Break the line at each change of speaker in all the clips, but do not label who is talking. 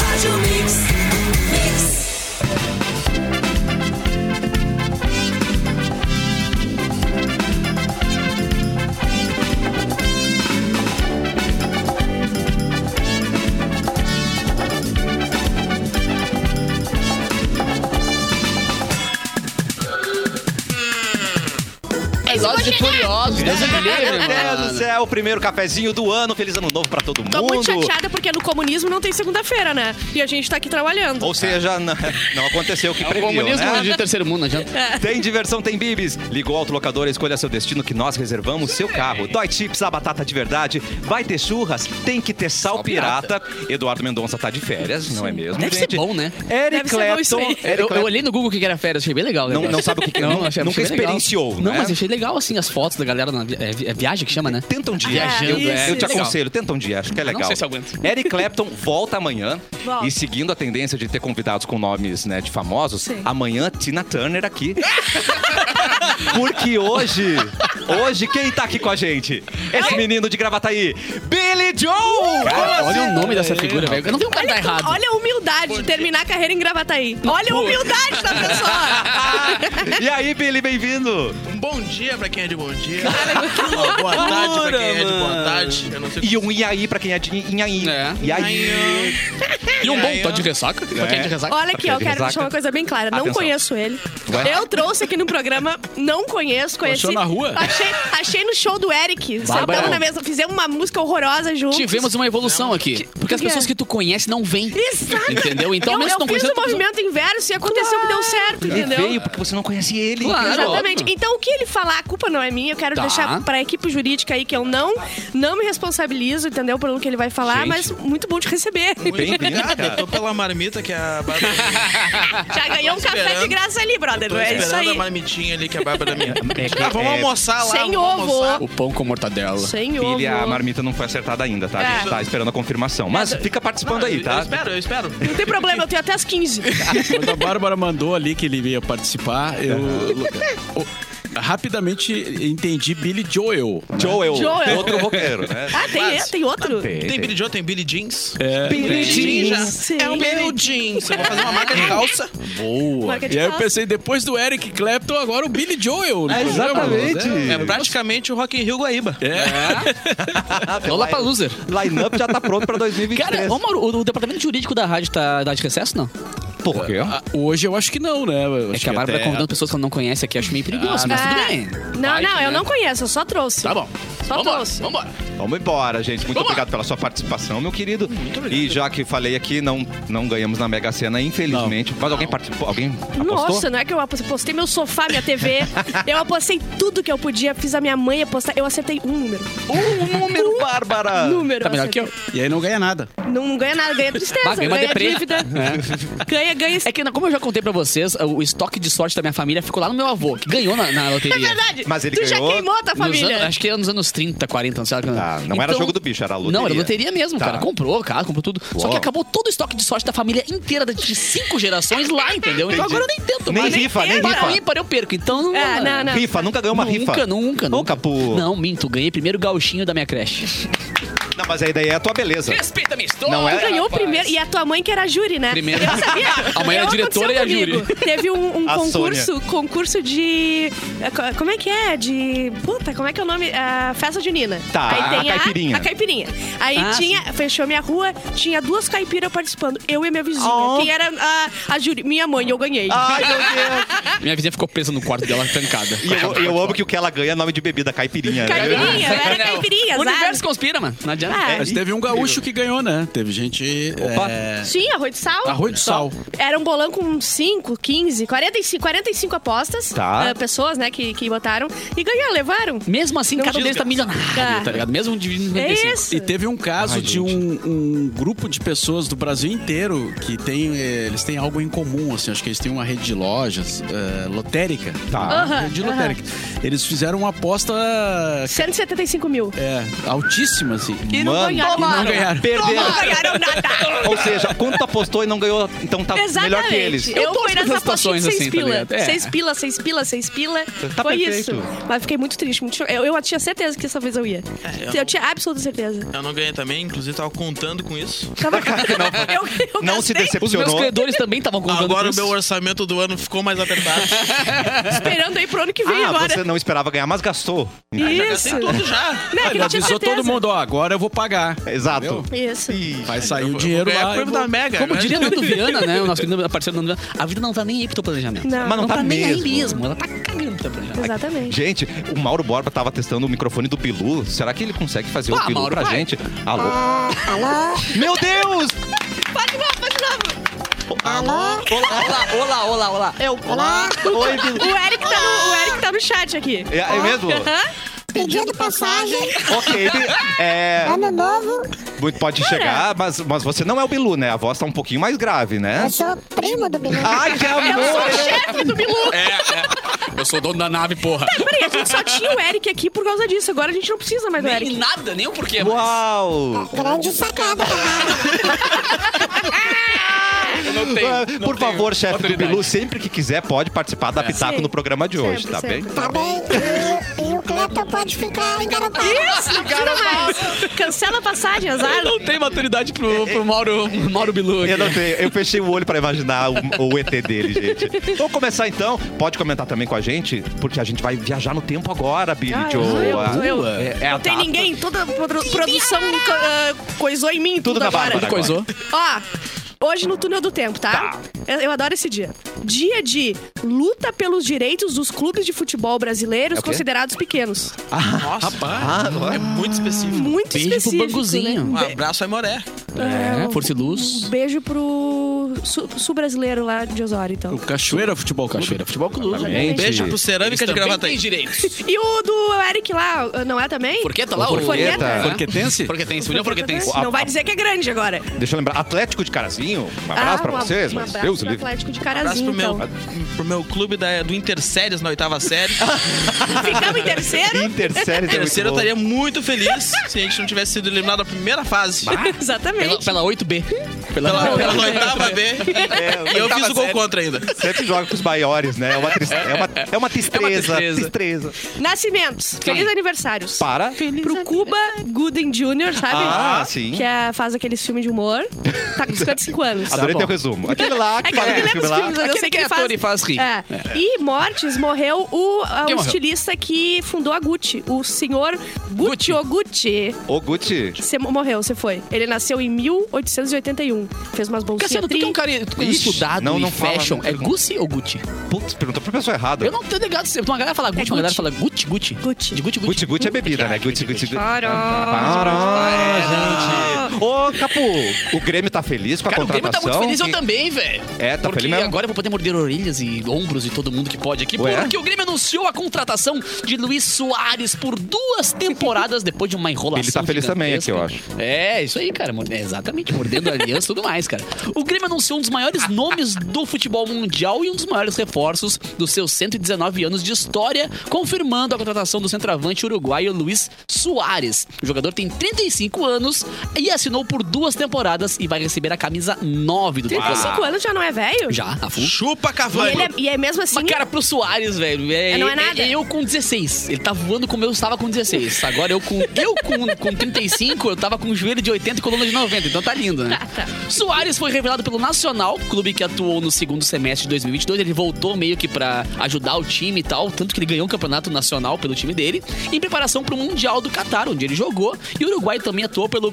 Rádio Mix. Mix.
Velozes
é
e
é
Furiosos, né? Deus é me livre,
Meu Deus é do
mano.
céu, o primeiro cafezinho do ano. Feliz ano novo pra todo mundo.
Tô muito chateada porque no comunismo não tem segunda-feira, né? E a gente tá aqui trabalhando.
Ou seja, não, não aconteceu o que
É o
previu,
comunismo
né?
de terceiro mundo, não adianta.
Tem diversão, tem bibis. Liga o autolocador, escolha seu destino que nós reservamos seu carro. Dói chips, a batata de verdade. Vai ter churras, tem que ter sal,
Sal
pirata. Eduardo Mendonça tá de férias, não é mesmo?
Deve
gente?
ser bom, né?
Eric
Deve ser bom isso
Clapton.
aí.
Eric
É, Eu, eu
Clapton-
olhei no Google o que que era férias, achei bem legal. o
Não-
negócio.
não sabe o que que- não-
achei-
nunca
achei bem legal.
experienciou,
Não,
né?
mas achei legal, assim, as fotos da galera na vi- é, vi- é viagem que chama, né?
Tenta um dia.
Viajando,
eu,
é,
eu te
legal.
aconselho, tenta um dia, acho
Ah,
que é legal.
sei se aguento.
Eric Clapton volta amanhã.
Volta.
E seguindo a tendência de ter convidados com nomes né, de famosos,
Sim.
amanhã Tina Turner aqui. Porque hoje, hoje, quem tá aqui com a gente? Esse menino de gravataí, Billy
Uh!
Joel! assim?
Cara, olha o nome dessa figura, velho. Eu não tenho como dar
Olha,
errado.
olha a humildade de terminar a carreira em Gravataí. Olha a humildade da pessoa.
E aí, Billy, bem-vindo!
Um bom dia pra quem é de bom dia. Uma boa tarde pra quem é de boa tarde. Eu não sei
E um e aí pra quem é de e aí.
É.
E aí?
Ai,
E um bom,
É.
tá de ressaca? Pra quem é de ressaca?
Olha aqui, ó, eu quero deixar uma coisa bem clara. Não
Atenção.
conheço ele.
Vai.
Eu trouxe aqui no programa, não conheço, conheci.
Achou na rua?
Achei, achei no show do Eric.
Bárbara.
Sentamos na mesa, fizemos uma música horrorosa juntos.
Tivemos uma evolução aqui. Porque as
um que
pessoas
é?
que tu conhece não vêm.
Exato.
Entendeu? Então,
eu,
mesmo
eu
não
fiz
conhecendo,
o
tu-
movimento inverso e aconteceu que deu certo,
Ele
entendeu?
veio porque você não conhecia ele.
Claro.
Exatamente.
óbvio.
Então, o que ele falar, a culpa não é minha. Eu quero
Tá.
deixar pra equipe jurídica aí que eu não, não me responsabilizo, entendeu? Pelo que ele vai falar,
Gente.
mas muito bom te receber.
Bem-vindo,
Obrigado,
cara.
eu tô pela marmita que a Bárbara... tá
Já ganhou um café de
esperando.
graça ali, brother.
Tô
É isso
esperando a
aí.
marmitinha ali que a Bárbara me...
É que-
Ah, vamos
é-
almoçar lá.
Sem
vamos
ovo.
almoçar.
O pão com mortadela.
Sem ovo.
Billy, a marmita não foi acertada ainda, tá? A gente
É.
tá esperando a confirmação. Mas fica participando
Não,
aí,
eu-
tá?
Eu espero, eu espero.
Não tem problema, eu tenho até as 15.
Quando a Bárbara mandou ali que ele ia participar, eu eu- rapidamente entendi Billy Joel.
Joel,
Joel.
outro roqueiro, né?
Ah, tem,
Mas-
tem outro?
Tem Billy Joe, tem Billy Jeans.
É,
Billy
Jean
Jean.
já.
Sim.
É o meu jeans. Eu vou fazer uma marca de calça.
boa.
Marca de
E aí eu
calça.
pensei, depois do Eric Clapton, agora o Billy Joel. no
É,
programa.
exatamente.
né, É.
É praticamente o Rock in Rio Guaíba.
Lola pra loser.
Line-up já tá pronto pra 2023.
Cara, ô, Mauro, o, o departamento jurídico da rádio tá, tá de recesso, não?
por quê?
Ah, Hoje eu acho que não, né?
É
Eu acho
que a Bárbara
até-
convidando pessoas que ela não conhece aqui, acho meio perigoso, mas tudo
Ah,
bem.
Não,
Vai
não,
que,
eu
né?
não conheço, eu só trouxe.
Tá bom.
Só
Vambora,
trouxe.
vambora.
Vamos embora, gente. Muito obrigado pela sua participação, meu querido. E já que falei aqui, não, não ganhamos na Mega Sena, infelizmente. Mas alguém participou? Alguém apostou?
Nossa, não é que eu apostei meu sofá, minha TV. eu apostei tudo que eu podia, fiz a minha mãe apostar. Eu acertei um número.
Um número, Bárbara!
número.
Tá
eu
melhor que
acertei.
eu.
E aí não ganha nada.
Não ganha nada, ganha tristeza,
Bah, ganha
ganha,
uma deprê. né?
dívida. Ganha, ganha.
É que, como eu já contei pra vocês, o estoque de sorte da minha família ficou lá no meu avô, que ganhou na, na loteria.
É verdade.
Mas ele
tu
ganhou
já queimou tua
Nos
família.
anos- acho que era nos anos 30, 40, não sei lá. Então,
Tá, não era jogo do bicho, era loteria.
Não, era loteria mesmo,
Tá.
cara. Comprou, cara, comprou tudo. Só
Uau.
que acabou todo o estoque de sorte da família inteira, de cinco gerações lá, entendeu? Então
Entendi.
agora eu nem tento
Nem
mais.
rifa, nem
Para
rifa.
ímpar eu perco, então... não-
É, não, não.
Rifa, nunca ganhou uma rifa.
Nunca, nunca,
Nunca, pô.
Não, minto, ganhei primeiro gauchinho da minha creche.
Não, mas aí daí é a tua beleza.
Respeita minha história,
Não é?
Tu ganhou o
rapaz.
primeiro. E a tua mãe que era júri, né?
Primeiro.
Eu sabia.
A mãe era
Eu
diretora e a
aconteceu
júri.
comigo. Teve um, um
A
concurso, concurso de... eh, co- Como é que é? De... Puta, como é que é o nome? Ah, festa junina.
Tá,
Aí
a
tem
caipirinha.
A, caipirinha. Aí
Ah,
tinha... Fechou minha rua, tinha duas caipiras participando. Eu e minha vizinha.
Oh. Ah.
Quem era a, a júri? Minha mãe, eu ganhei.
Ai, meu Deus!
Minha vizinha ficou presa no quarto dela, trancada.
E eu, eu amo que o que ela ganha é nome de bebida, caipirinha. né?
Caipirinha, eu era
Não.
caipirinha,
O universo
azar.
conspira, mano. Não adianta.
Ah,
Mas teve um gaúcho que ganhou, né? Teve gente.
É Opa.
é,
Sim, arroz de sal.
Arroz de sal.
Era um bolão com 5, 15, 45, 45 apostas.
Tá.
eh, pessoas, né, que, que botaram. E ganharam, levaram.
Mesmo assim,
Não
cada um
diz
deles tá
graça.
milionário, tá ligado? Mesmo um dividido em
É
95.
isso.
E teve um caso
Ai,
de um, um grupo de pessoas do Brasil inteiro que tem, eh, eles têm algo em comum, assim, acho que eles têm uma rede de lojas eh, lotérica.
Tá.
Uma rede de
Aham,
lotérica. Eles fizeram uma aposta
175 mil.
é, altíssima, assim.
E
E não
Mano,
ganharam
toma,
nada.
ganharam.
Perderam.
Não ganharam nada.
Ah.
Ou seja, quanto apostou e não ganhou, então tá melhor que eles.
Eu,
Eu tô
fui
nessas
nessa aposta de
situações
seis
assim, tá
pila.
ligado? É.
Seis pila, seis pila, seis pila.
Tá
Foi
perfeito.
isso. Mas fiquei muito triste. Muito... cho- Eu, eu tinha certeza que dessa vez eu ia.
É,
eu...
eu-
tinha absoluta certeza.
Eu não ganhei também, inclusive tava contando com isso.
Tava... eu, eu
Não se
gastei
Os meus
decepcionou.
credores também estavam contando
Agora
com
o meu
isso.
orçamento do ano ficou mais apertado.
esperando aí pro ano que vem
Ah,
agora.
você não esperava ganhar, mas gastou.
Isso.
Tem tudo já.
Não, é que
Ele
não tinha
avisou
certeza.
todo mundo, ó, agora eu vou pagar.
Exato.
Isso.
Vai sair
Eu
Tá o
vou-
dinheiro
eu vou ganhar
lá.
prêmio da Mega.
Como
né?
diria Nando Viana, né? O nosso querido parceiro Nando Viana. A vida não tá nem aí pro teu planejamento.
Não,
Mas não, tá,
tá nem aí
mesmo.
mesmo. Ela tá cagando pro teu planejamento.
Exatamente.
Gente, o Mauro Borba tava testando o microfone do Bilu. Será que ele consegue fazer
Ah,
o Bilu
Mauro,
pra
vai.
gente? Alô? Meu Deus!
Faz de novo, faz de novo.
Olá, olá, olá, olá.
É o... Olá! Oi, Bilu.
O Eric tá no, o Eric tá no chat aqui.
É, é mesmo?
Aham.
Pedido passagem,
ok, Bi- é...
ano novo,
muito- Pode chegar, mas, mas você não é o Bilu, né? A voz tá um pouquinho mais grave, né?
eu sou primo do Bilu.
Ai, que
Eu sou o
amor!
chefe do Bilu.
É.
Eu sou dono da nave, porra.
Peraí, a gente só tinha o Eric aqui por causa disso. Agora a gente não precisa mais do
Nem
Eric.
nada, nem o porquê. mas-
Uau!
Grande sacada, tá, cara.
Eu não tenho,
Ah,
não
Por
tenho
favor, chefe do
autoridade.
Bilu, sempre que quiser pode participar
É.
da Pitaco
Sim.
no programa de hoje,
Sempre,
tá
sempre.
bem?
Tá bem? E, o- e o Cleiton pode ficar engarotado.
Isso, não precisa mais. Cancela a passagem, azar.
Eu não tenho maturidade pro, pro Mauro, Mauro Bilu. aqui.
Eu não tenho, eu fechei o olho pra imaginar o, o ET dele, gente. Vamos começar então. Pode comentar também com a gente, porque a gente vai viajar no tempo agora, Billy
Ah,
Joe.
sou eu, sou eu.
É, é a
Não tem
data.
ninguém, toda produ- produção co- ah, coisou em mim, tudo,
Tudo na
agora.
Bárbara.
Coisou.
Ó, hoje no Túnel do Tempo, tá?
Tá.
Eu, eu adoro esse dia. Dia de luta pelos direitos dos clubes de futebol brasileiros
É o quê?
considerados pequenos.
Nossa, é muito específico.
Muito
Beijo pro
específico,
Banguzinho.
Um
né? Be-
abraço a Moré.
É, Força e Luz.
Um beijo pro su- sul-brasileiro lá de Osório, então.
O Cachoeira Futebol Clube.
Cachoeira Futebol Clube.
Exatamente.
Beijo pro Cerâmica de Gravata
tem
aí.
direitos.
E o do Eric lá, ah, não é também?
Porqueta lá?
O Forqueta.
né?
É.
Forquetense?
Forquetense. União Forquetense.
Não vai dizer que é grande agora.
Deixa eu lembrar, Atlético de Carazinho, um abraço pra
um ab-
vocês,
um
mas
abraço
Deus
pro
livre.
Atlético de
Abraço
Carazinho,
pro
então.
meu, pro meu clube da, do Interséries na oitava série.
então. Ficamos em terceiro.
Intersérie é muito
Terceiro, eu
bom.
estaria muito feliz se a gente não tivesse sido eliminado na primeira fase.
Pela,
Exatamente.
pela 8B.
Pela, pela
pela-
oitava B.
É,
E eu
oitava
fiz o gol
série.
contra ainda.
Sempre joga pros maiores, né? É uma, triste, é uma, é uma tristeza.
tristeza.
tristeza.
Tá
Nascimentos. Feliz aniversários.
Para.
Pro Cuba Gooden Jr., sabe?
Ah, sim.
Que é- faz aqueles filmes de humor. Tá com 55 anos.
Adorei
bom.
teu resumo. Aquele lá
É
que
que eu não
fala
me
aquele
lembro
filme
os
lá.
filmes, mas eu
Tá Aquele
sei que
que é
ele faz.
ator e faz rir.
É. E mortes, morreu o, ah,
Quem
o
morreu?
estilista que fundou a Gucci, o senhor Gucci Oguchi.
Ô, Gucci.
Você morreu, você foi. Ele nasceu em 1881. Fez umas bolsinhas
Cassiano, tu que é um
tri-
cara tu que é um
Ixi,
estudado
não, não
e
fala,
fashion,
não
é
pergunta.
Gucci ou Gucci?
Putz, perguntou pra pessoa errada.
Eu não tô ligado. se- Uma galera fala É Gucci, uma galera
Gucci.
fala Gucci, Gucci.
Gucci.
De Gucci, Gucci.
Gucci Gucci é bebida, né? Gucci Gucci. Gucci.
Para,
Para, gente. Ô, Capu, o Grêmio tá feliz com a
Cara, o Grêmio tá
contratação?
muito feliz, eu
E-
também, velho.
É, tá
Porque
feliz mesmo?
agora eu vou poder morder orelhas e ombros e todo mundo que pode aqui.
Ué?
Porque o Grêmio anunciou a contratação de Luiz Soares por duas temporadas depois de uma enrolação.
Ele tá feliz também aqui, eu
gigantesca. É, isso aí, cara. morde- é, Exatamente, mordendo aliança e tudo mais, cara. O Grêmio anunciou um dos maiores nomes do futebol mundial e um dos maiores reforços dos seus 119 anos de história, confirmando a contratação do centroavante uruguaio Luiz Soares. O jogador tem 35 anos e assinou por duas temporadas e vai receber a camisa 9 do Uau.
35 anos já não é velho?
Ah. Já, a full.
Chupa
E, ele
Cavani.
é, e é mesmo assim.
Mas, cara, pro Soares, velho. É,
É, não é nada.
Eu com 16. Ele tá voando como eu estava com 16. Agora eu com. Eu com, com 35, eu tava com joelho de 80 e coluna de 90. Então tá lindo, né?
Tá, tá.
Soares foi revelado pelo Nacional, clube que atuou no segundo semestre de 2022. Ele voltou meio que pra ajudar o time e tal, tanto que ele ganhou o campeonato nacional pelo time dele, em preparação pro Mundial do Catar, onde ele jogou. E o Uruguai também atuou pelo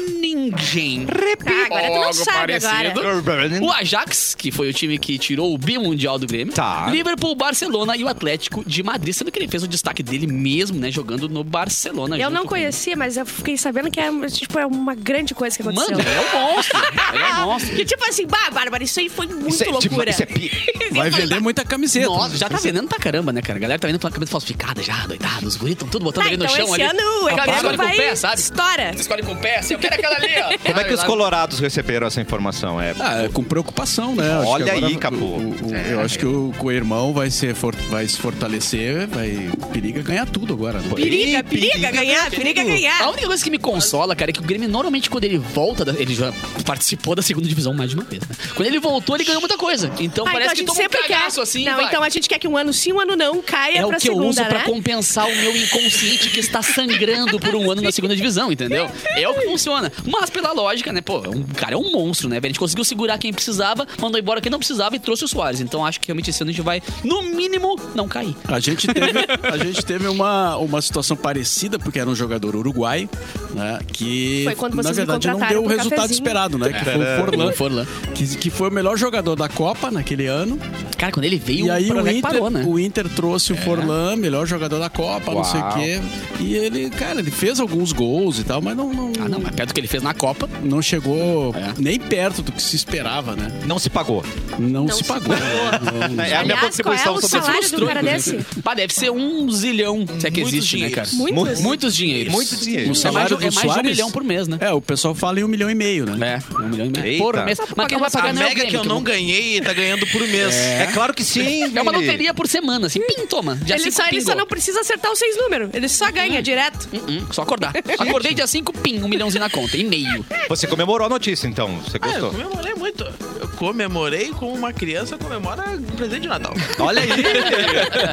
Groningen.
Ah, agora tu não
Algo
sabe agora.
parecido. O Ajax, que foi o time que tirou o bimundial do Grêmio.
Tá.
Liverpool, Barcelona e o Atlético de Madrid. Sendo que ele fez o destaque dele mesmo, né? Jogando no Barcelona.
Eu
junto
não
com-
conhecia, mas eu fiquei sabendo que é, tipo, é uma grande coisa que aconteceu.
Mano, ele é um monstro. ele é um monstro.
Que tipo assim, bah, Bárbara, isso aí foi muito
Isso é,
tipo,
de-
loucura.
tá
isso é pi.
Vai vender muita camiseta.
Nossa, já tá vendendo pra caramba, né, cara? A galera tá vendendo pra camisa falsificada já, doidados. Os guritos estão tudo botando
Tá,
ali no
então
chão
esse
ali.
ano o
A galera
Grêmio
escolhe com
vai...
o pé, sabe?
Estoura.
Você escolhe com o pé, assim, eu quero
aquela ali, ó.
Como é que os colorados receberam essa informação? É,
Ah, é com preocupação, né? Acho
Olha
que
aí, Capu.
o- o-
É.
Eu acho que o co-irmão vai, ser for- vai se fortalecer, vai periga ganhar tudo agora. Né?
Periga, periga ganhar, periga
A
ganhar.
única coisa que me consola, cara, é que o Grêmio normalmente quando ele volta, da- ele já participou da segunda divisão mais de uma vez, né? Quando ele voltou, ele ganhou muita coisa. Então
Ah,
parece
então a gente
que toma um
sempre
cagaço
quer.
assim. e
não,
vai.
então a gente quer que um ano sim, um ano não caia
é o
pra
que
segunda,
eu uso
né?
pra compensar o meu inconsciente que está sangrando por um ano na segunda divisão, entendeu? É o que funciona. Mas pela lógica, né, pô, um cara é um monstro, né, velho? A gente conseguiu segurar quem precisava, mandou embora quem não precisava e trouxe o Soares. Então acho que realmente esse ano a gente vai, no mínimo, não cair.
A gente teve, a gente teve uma, uma situação parecida, porque era um jogador uruguai, né? Que
Foi quando vocês
na
me
verdade não
contrataram
deu o
pro
resultado
cafezinho.
esperado, né? Que foi o Forlan,
Forlan.
que, que foi o melhor jogador da Copa naquele ano.
Cara, quando ele veio,
E aí o
projeto
Inter,
parou, né?
o Inter trouxe o Forlan, melhor jogador da Copa, não sei o quê. E ele, cara, ele fez alguns gols e tal, mas não, não,
Ah, não, mas perto do que ele fez na Copa,
não chegou
É.
nem perto do que se esperava, né?
não se pagou.
Hum.
Não,
Não
se
se
pagou. Não- não-
É a minha
Aliás, qual é
contribuição
o
sobre
salário
isso.
do cara desse?
Pá, deve ser um zilhão, se é que
Muitos
existe, né, cara?
dinheiros.
Muitos?
Muitos dinheiros.
Muito dinheiro.
O
É mais, de-
salário
é
do
mais de um
Suárez?
milhão por mês, né?
É, o pessoal fala em um milhão e meio, né?
É, um milhão e meio
Eita.
por mês. Mas quem
um
vai pagar
A
não é o
mega
Grêmio.
que eu não ganhei tá ganhando por mês.
É claro que sim.
É uma
Vini.
loteria por semana, assim, pim, toma. Já
Ele
cinco
só, ele só
pingou.
não precisa acertar os seis números. Ele
Uhum.
só ganha direto.
Hum, hum, só acordar. Acordei dia 5, pim, um milhãozinho na conta. E meio.
Você comemorou a notícia, então. Você
Ah, eu
gostou.
comemorei muito. Eu comemorei como uma criança comemora um presente de Natal.
Olha aí.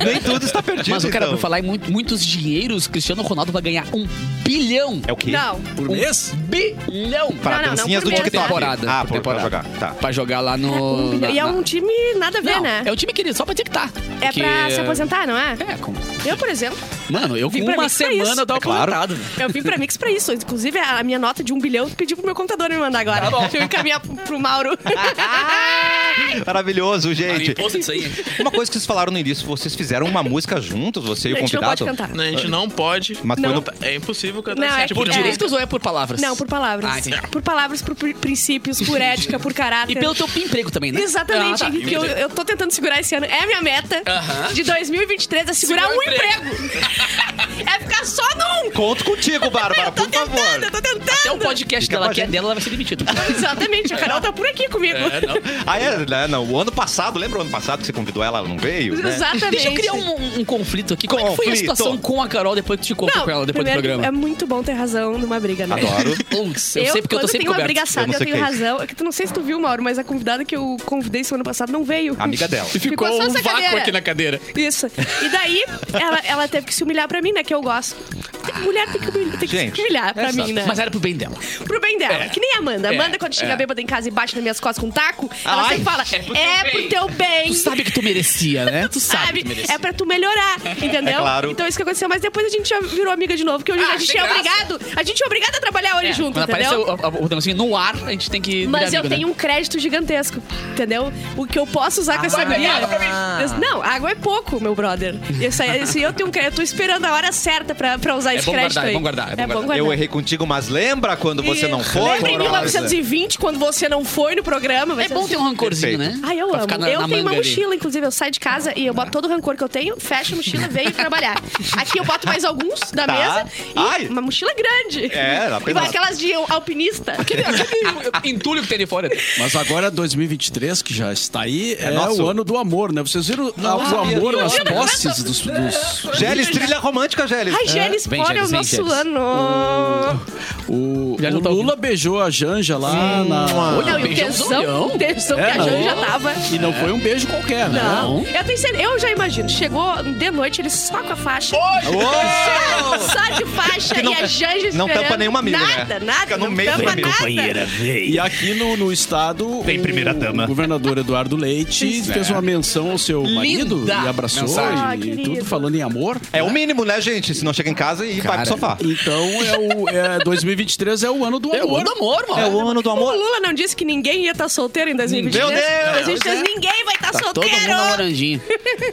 Nem tudo está perdido,
Mas o cara,
então.
por falar em muito- muitos dinheiros, Cristiano Ronaldo vai ganhar um bilhão.
É o quê?
Não.
Por mês?
Bilhão
Para
Não, não, não,
dancinhas
por
do
mês,
TikTok.
né?
Temporada,
Ah,
por
por, pra
temporada.
jogar. Tá.
pra jogar lá no. na-
e é
na-
um time nada a ver,
Uhum. Não,
né?
É o time querido, só pra dizer que tá.
É
Porque-
pra se aposentar, não é?
É, com-
Eu, por exemplo,
Mano, eu com
Vim pra
uma
mim que foi isso.
semana eu tava
É claro.
aposentado, né?
eu vim pra Mix pra isso. Inclusive, a minha nota de um bilhão eu pedi pro meu contador me mandar agora. Tá bom. Eu encaminhar pro- pro Mauro.
Maravilhoso, gente.
Imposto isso aí.
Uma coisa que vocês falaram no início, vocês fizeram uma música juntos, você e
a
o
gente não
convidado?
pode cantar.
A gente não pode.
Mas foi
Não.
no...
É impossível cantar
Não,
esse
é
tipo
Por
de
É.
música.
direitos ou é por palavras?
Não, por palavras.
Ah, entendi.
por palavras, por pr- princípios, por ética, por
E
caráter.
pelo teu emprego também, né?
Exatamente,
Ah, tá.
que eu, eu tô tentando segurar esse ano. É a minha meta
Aham.
de 2023 é segurar
Segurar
um
o emprego.
emprego. é ficar só num.
Conto contigo, Bárbara,
eu tô
por
tentando, eu
favor.
tô
Até o
tentando.
podcast
Fica com
dela,
a
que é
gente.
dela, ela vai ser demitida.
Exatamente, a Carol tá por aqui comigo.
Ah, é, né, não. O ano passado, lembra o ano passado que você convidou ela, ela não veio? né?
Exatamente.
Deixa eu criar um, um- um conflito aqui. Como é que foi a
Conflito.
situação com a Carol depois que tu ficou
Não,
com ela depois do
primeiro, É
programa?
muito bom ter razão numa briga, né?
Adoro.
Putz, eu, sei porque eu tô
quando
sempre
tenho uma
coberto.
briga
Eu não
assada, eu,
sei
tenho
o que é isso.
razão. É que tu não sei se tu viu, Mauro, mas a convidada que eu convidei semana passada não veio.
Amiga dela.
E ficou,
só
um
essa
vácuo
cadeira.
aqui na cadeira.
Isso. E daí, ela, ela teve que se humilhar pra mim, né? Que eu gosto. Mulher tem que, humilhar, tem que
Gente,
se humilhar pra mim, né?
Mas é era pro bem dela.
pro bem dela. Que nem a Amanda. Amanda, quando chega bêbada em casa e bate nas minhas costas com um taco, ela
Ai,
sempre fala: é pro teu, bem.
Tu sabe que tu merecia, né? Tu sabe, que
Sabe?
tu merecia.
É pra tu melhorar, entendeu?
É claro.
Então isso que aconteceu, mas depois a gente já virou amiga de novo, que hoje
Ah,
a gente
sem
é
graça.
obrigado. A gente é obrigado a trabalhar hoje
É,
junto,
Quando aparece
entendeu?
o, o, o negocinho no ar, a gente tem que.
Mas
virar
eu
amigo, né?
tenho um crédito gigantesco, entendeu? O que eu posso usar com
é
essa guria. Não, água é pouco, meu brother. Isso aí, isso aí eu tenho um crédito. Eu tô esperando a hora certa pra, pra usar
É
esse
bom
crédito
guardar, é
aí.
bom guardar, é bom guardar.
Eu errei contigo, mas lembra quando você não foi?
Lembra em
Morosa?
1920, quando você não foi no programa? Vai
É
ser
bom
assim.
ter um rancorzinho,
Perfeito.
né?
Ai, eu
Pra
amo.
ficar na-
eu
na
tenho uma
manga ali.
mochila, inclusive. Eu saio de casa e eu boto todo o rancor que eu tenho, fecho a mochila, venho trabalhar. Aqui eu boto mais alguns da
Tá.
mesa. E
Ai.
Uma mochila grande.
É, dá pra
E vai
nada.
aquelas de alpinista.
Aquele Ah, entulho que tem ali fora.
Mas agora 2023, que já está aí, é,
nosso.
o ano do amor, né? Vocês viram a-
Ah,
o amor nas posses dos, dos-
Gélis, trilha romântica, Gélis. É.
Ai, Gênesis,
É, Vem,
olha
Gênesis,
o
vem,
nosso
Gênesis.
ano.
O,
Já não
o
tá
Lula beijou a Janja lá na.
Não, e o
Beijãozão,
tesão,
olhão.
o tesão
É,
que a
não.
Janja já tava.
E não foi um beijo qualquer, né?
Não. Eu, tenho certeza- eu já imagino. Chegou de noite, ele só com a faixa. Só de faixa
não-
e a Janja
não tampa
esperando.
nenhuma mina, né?
Nada, nada.
Fica no
não
meio da
tampa
mina.
nada.
E aqui no, no estado,
Tem
o-
primeira dama.
o governador Eduardo Leite fez uma menção ao seu marido
é. Linda
e abraçou
mensagem.
Ah,
e,
querido.
tudo falando em amor.
É o mínimo, né, gente? Se não chega em casa e vai
Cara,
pro sofá.
Então é o é, 2023 é o ano do
É o
amor.
ano do amor, mano.
ano do
O Lula não disse que ninguém ia estar solteiro em 2023?
Meu Deus!
2023 ninguém vai estar
Tá todo
solteiro!
mundo namorandinho.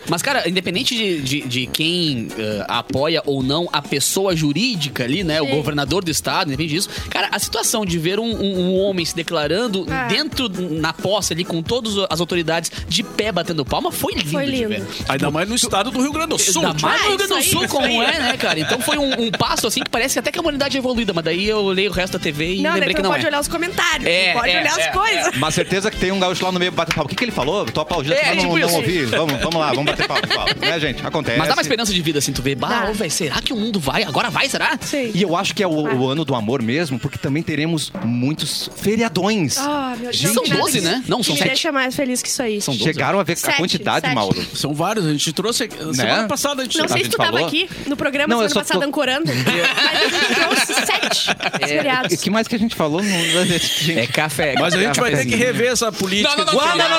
Mas, cara, independente de, de, de quem eh, apoia ou não a pessoa jurídica ali, né? O governador do estado, independente disso. Cara, a situação de ver um, um- um homem se declarando
Ah.
dentro, na posse ali, com todas as autoridades de pé batendo palma, foi lindo.
Foi
de
lindo.
ver.
Ainda mais no estado do Rio Grande do Sul.
Ainda
tio.
mais no Rio Grande
Ah,
do
isso
Sul,
aí,
como
isso aí.
é, né, cara? Então foi um, um passo assim que parece até que a humanidade é evoluída, mas daí eu olhei o resto da TV e
Não, daí
lembrei
tu
que
não
não
pode
é.
olhar os comentários.
É,
não pode
é,
olhar
é,
as coisas.
Mas certeza que tem um gaúcho lá no meio bater palma. O que, que ele falou? Tô aplaudindo,
É,
é, não,
tipo
não
isso.
ouvi. Vamos, vamos lá, vamos bater palma. palma. Né, gente? Acontece.
É,
Mas dá uma esperança de vida, assim, tu vê. Bah,
Dá.
ô, velho, será que o mundo vai? Agora vai, será?
Sim.
E eu acho que é o, o ano do amor mesmo, porque também teremos muitos feriadões.
Ah, meu Deus.
Gente,
não
São
tem nada
12,
que-
né? Não,
que
são
Me
7.
deixa mais feliz que isso aí.
São doze.
Chegaram a ver a
Sete,
quantidade,
sete.
Mauro.
São vários, a gente trouxe
Né?
semana passada. A gente
Não
Tá, A
sei se
gente
tu tava
falou?
aqui no programa
Não, eu
semana
só
passada
tô-
ancorando, mas a gente trouxe sete
É. E
feriados.
Ah, que mais que a gente falou? Não- Gente,
É café.
Mas a
Tá
gente vai ter que
Cafezinho.
rever essa política.
Uau, não, não, não, não, não.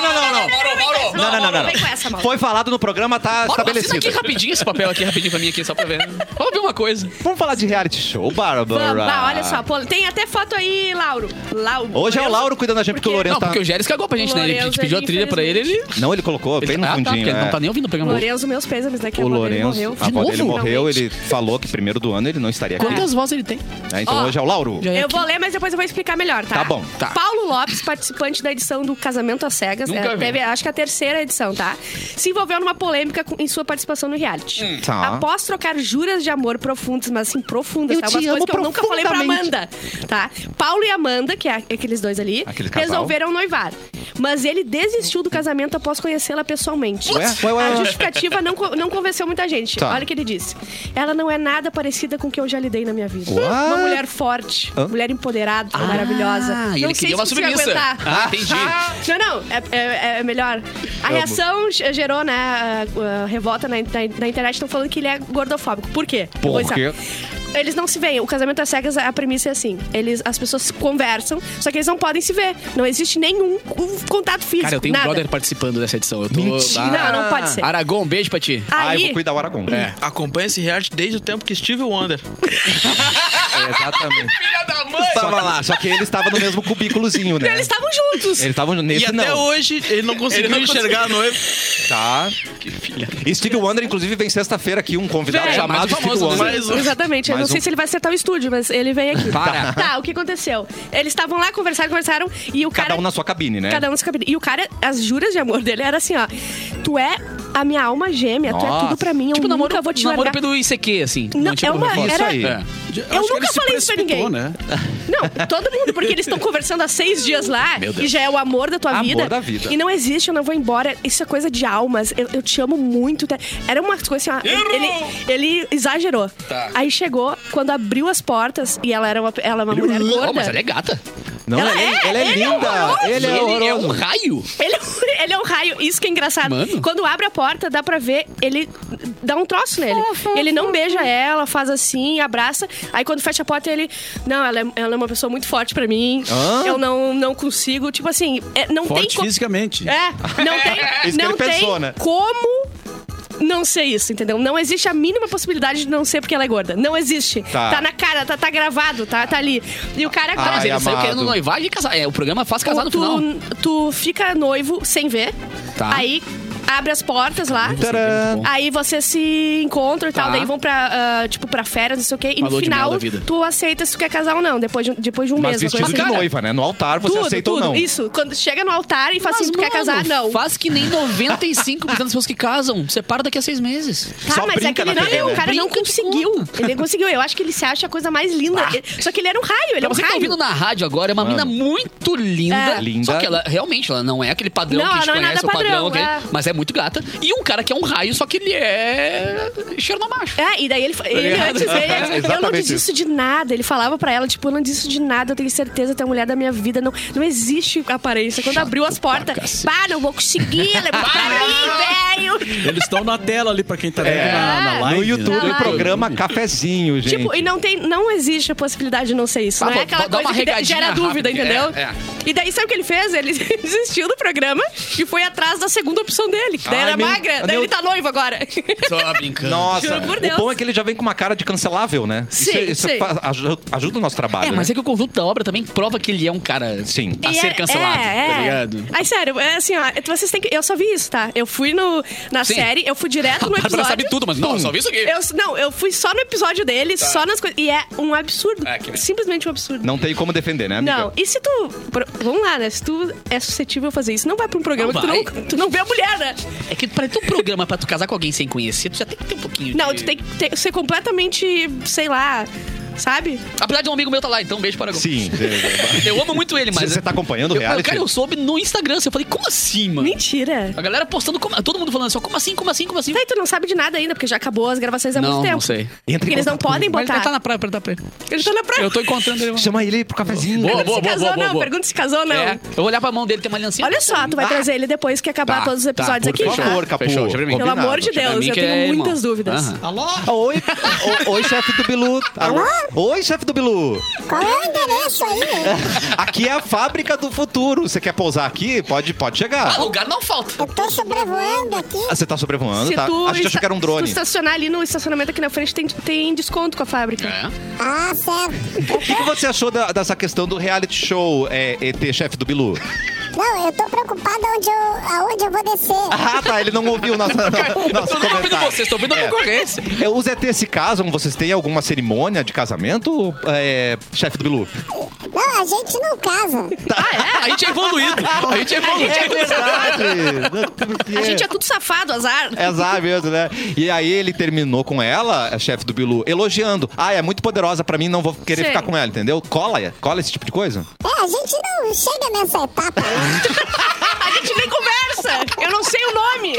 Mauro, Mauro.
Não, não, não, não.
Vem com
É.
essa, Mauro.
Foi falado no programa, tá
Mauro, assina aqui é
estabelecido.
rapidinho esse papel aqui, rapidinho pra mim aqui, só pra ver. Vamos ver uma coisa.
Vamos falar de reality show, Bárbara.
Vamos, vá, olha só, pô, tem até foto aí, Lauro. Lau-
Hoje é o
Lourenço.
Lauro cuidando da gente, porque o
Porque-
Lourenço
Não,
tá...
porque o Géris cagou pra gente, né? Ele- A gente
Lourenço,
pediu a
ele,
trilha pra ele, ele...
Não, ele colocou bem no
Ah, tá,
fundinho.
porque ele não
é.
tá nem ouvindo o programa.
Lourenço, meus pêsames, daqui a
O
pouco ele
Lourenço,
morreu.
a avó dele
novo?
morreu, ele falou que primeiro do ano ele não estaria aqui.
Quantas vozes ele tem?
né? Então hoje é o Lauro.
Já é
Eu
aqui.
vou ler, mas depois eu vou explicar melhor, tá?
Tá bom, tá.
Paulo Lopes, participante da edição do Casamento às Cegas,
Nunca
é,
vi.
teve, acho que a terceira edição, tá? Se envolveu numa polêmica com- em sua participação no reality.
tá.
Após trocar juras de amor profundas, mas assim, profundas,
Eu
tá? Umas
te
coisas
amo
que eu nunca falei pra
profundamente.
Amanda, tá? Paulo e Amanda, que é aqueles dois ali,
Aquele casal.
resolveram noivar. Mas ele desistiu do casamento após conhecê-la pessoalmente.
Ué, ué, ué,
A
ué.
justificativa não, co- não convenceu muita gente.
Tá.
Olha o que ele disse. Ela não é nada parecida com o que eu já lidei na minha vida.
What?
Uma mulher forte,
Hã?
mulher empoderada, maravilhosa.
Ah, e
não
ele
sei
queria
se
uma
consigo
submissa.
aguentar.
Ah, entendi.
Não, não, é, é- é melhor. A reação ge- gerou, né, a- a revolta na, na- na internet. Estão falando que ele é gordofóbico. Por quê? Eu vou
Por
ensinar.
quê?
Eles não se veem. O casamento às cegas, a premissa é assim. Eles, as pessoas conversam, só que eles não podem se ver. Não existe nenhum um contato físico,
Cara, eu tenho um
nada.
brother participando dessa edição. Eu tô...
Não, não pode ser.
Aragão, um beijo pra ti.
Ah, eu
Aí,
vou cuidar do Aragão. É.
Acompanha esse reality desde o tempo que Steve Wonder.
Exatamente.
Filha da mãe!
Só, lá. só que ele estava no mesmo cubículozinho, né?
eles estavam juntos.
Ele estava
E
nesse,
até
não.
hoje ele não conseguiu enxergar a noiva.
Tá. E Steve Wonder, inclusive, vem sexta-feira aqui um convidado
Véi,
chamado
mais um
Steve
famoso,
Wonder.
Mas o-
Exatamente. Eu
Mais
não sei
um.
se ele vai acertar o estúdio, mas ele vem aqui.
Para.
Tá, o que aconteceu? Eles estavam lá, conversaram, conversaram, e o cara.
Cada um na sua cabine, né?
Cada um no seu cabine. E o cara, as juras de amor dele era assim, ó. Tu é a minha alma gêmea, tu é
Nossa.
tudo pra mim, eu nunca
Tipo, namoro,
vou te
namoro
largar.
pelo ICQ, assim.
Não,
tinha
é uma-
como falar.
Isso
era-
aí.
É.
Eu nunca falei isso pra ninguém.
Né?
Não, todo mundo, porque eles estão conversando há seis dias lá e já é o amor da tua
Amor
vida.
da vida.
E não existe, eu não vou embora. Isso é coisa de almas. Eu, eu te amo muito. tá? Era uma coisa assim, ó, ele, ele exagerou. Aí chegou, quando abriu as portas, e ela era uma, ela é uma mulher gorda.
Oh, mas ela é gata.
Não,
Ela
ele,
é,
ela é
ele é
linda.
horroroso.
ele é
ele é
horroroso.
um raio.
Ele, ele é um raio, isso que é engraçado.
Mano.
Quando abre a porta, dá pra ver, ele dá um troço nele. ele não beija ela, faz assim, abraça. Aí quando fecha a porta, ele. Não, ela é, ela é uma pessoa muito forte pra mim.
Hã?
Eu não, não consigo. Tipo assim, é, não tem
Forte
como.
fisicamente.
É, não tem.
Isso que
não
ele
tem
pensou, né?
como. Não ser isso, entendeu? Não existe a mínima possibilidade de não ser porque ela é gorda. Não existe.
Tá.
na cara, tá, tá gravado, tá, tá ali. E o cara
Ah,
Mas
Ai,
ele saiu
amado.
querendo noivar e casar. É, o programa faz casar no
tu,
final.
tu fica noivo sem ver.
Tá.
Aí abre as portas lá.
Tcharam.
Aí vocês se encontram e tal,
é Tá.
daí vão pra, ah, tipo, pra férias, não sei o quê. E
Uma lua
no
de mel
final,
da vida.
tu aceita se tu quer casar ou não, depois de, depois de um
Mas
mês. uma coisa
vestido de
assim.
noiva, né? No altar você
Tudo,
aceita
tudo.
ou não.
Isso. Quando chega no altar e fala
Mas,
assim, tu quer
mano,
casar? Não.
Faz que nem 95% das pessoas que casam. Separa daqui a seis meses.
Tá,
Só
mas é que
brinca
ele
na
não,
TV,
o
né?
cara não
Brinca de
conseguiu. Ele não conseguiu. Eu acho que ele se acha a coisa mais linda. Ele- Só que ele era um raio, ele é
Pra
um
você que tá
raio.
ouvindo na rádio agora, é uma mina muito linda.
É.
Linda.
Só que ela, realmente, ela não é aquele padrão
Não,
que a gente
ela não é nada
conhece, o padrão,
padrão,
aquele-
é.
mas é muito gata. E um cara que é um raio, só que ele é Chernomacho.
É, e daí ele,
Tá
ele
ligado?
antes, ele, eu não
Exatamente
desisto de nada. Ele falava pra ela, tipo, eu não desisto de nada, eu tenho certeza, tu é a mulher da minha vida. Não, não existe aparência. Quando abriu as portas,
cacete.
pá, não vou conseguir, ela é pra mim, velho.
Eles estão na tela ali pra quem tá vendo na, na
É.
live.
No YouTube,
Tá
o
lá.
programa Cafezinho, gente.
Tipo, e não tem, não existe a possibilidade de não ser isso.
Ah,
não é
vou-
aquela
vou dar
coisa
uma
que de-
regadinha
gera dúvida,
rápida.
entendeu?
É, é.
E daí, sabe o que ele fez? Ele desistiu do programa e foi atrás da segunda opção dele. dele. Daí
Ai,
era
meu-
magra, daí
meu-
ele tá noivo agora.
Só brincando.
Nossa,
Juro por
o
Deus.
bom é que ele já vem com uma cara de cancelável, né? isso
é,
Sim,
isso
sim.
fa- aju- ajuda o nosso trabalho.
É, mas
né?
é que o conjunto da obra também prova que ele é um cara
Sim.
a
E
ser
é-
cancelado,
é,
tá
é.
ligado?
Ai, sério, é assim, ó, vocês têm que. Eu só vi isso, tá? Eu fui no, na
Sim.
série, eu fui direto no
A
Um
Bárbara
episódio.
sabe tudo, Tá. mas não, eu só vi isso aqui.
Eu, não, eu fui só no episódio dele, só nas coisas. E é um absurdo.
Ah,
É, que merda.
Simplesmente um absurdo.
Não tem como defender, né, amiga?
Não, e se tu. pro- Vamos lá, né? Se tu é suscetível a fazer isso, não vai pra um programa
Não
que tu
vai.
não, tu não vê a mulher, né?
É que pra ter um programa pra tu casar com alguém sem conhecer, tu já tem que ter um pouquinho
Não,
de...
tu tem que ter- ser completamente, sei lá, sabe?
Apesar de um amigo meu tá lá, então um beijo para o
Sim.
Eu amo muito ele, mas...
Você tá acompanhando o
eu,
reality?
Cara, eu soube no Instagram, assim, eu falei, como assim, mano?
Mentira.
A galera postando, como- todo mundo falando só como assim, como assim, como assim?
Véi, tu não sabe de nada ainda, porque já acabou as gravações há muito
não,
tempo.
não sei.
Entra em
Porque eles não
contato
podem
Mas ele
botar. tá
tá na praia, perguntar pra ele.
Eles estão na praia.
Eu tô encontrando ele.
Chama ele pro cafezinho.
Boa, boa,
Se
boa,
casou
boa,
ou não?
boa.
Pergunta se casou ou não.
É, eu vou olhar pra mão dele, tem uma aliancinha. Tá,
Olha só,
Ah.
tu vai trazer ele depois que acabar todos os episódios aqui.
Por favor, Capu.
Fechou, deixa pra mim.
Pelo amor de
Pra
Deus,
mim
eu
que
tenho
é irmão.
muitas dúvidas.
Aham.
Ah, Oi, o- oi, chefe do Bilu. Alô? Oi, chefe do Bilu.
Qual é o endereço aí?
Aqui é a fábrica do futuro. Você quer pousar aqui? Pode, pode
Ah,
chegar.
lugar não falta.
Eu tô sobrevoando aqui.
Ah, Você tá sobrevoando,
Se
tá?
tu,
A gente achou
esta-
que era um
se
drone.
tu estacionar ali no estacionamento aqui na frente, tem, tem desconto com a fábrica.
É.
Ah, certo.
O que, que você achou da- dessa questão do reality show é, ET, chefe do Bilu?
Não, eu tô preocupada onde eu, aonde eu vou descer.
Ah, tá, ele não ouviu nossa, nosso
Eu não tô ouvindo
comentário.
vocês, tô ouvindo a
É.
concorrência.
É, Os ET se casam, vocês têm alguma cerimônia de casamento, é, chefe do Bilu?
Não, a gente não casa.
A gente é evoluído. A gente é evoluído.
A gente é tudo safado, azar.
É azar mesmo, né? E aí ele terminou com ela, a chefe do Bilu, elogiando. Ah, é muito poderosa pra mim, não vou querer
Sim.
ficar com ela, entendeu? Cola, cola esse tipo de coisa.
É, a gente não chega nessa etapa, né?
A gente nem conversa. Eu não sei o nome.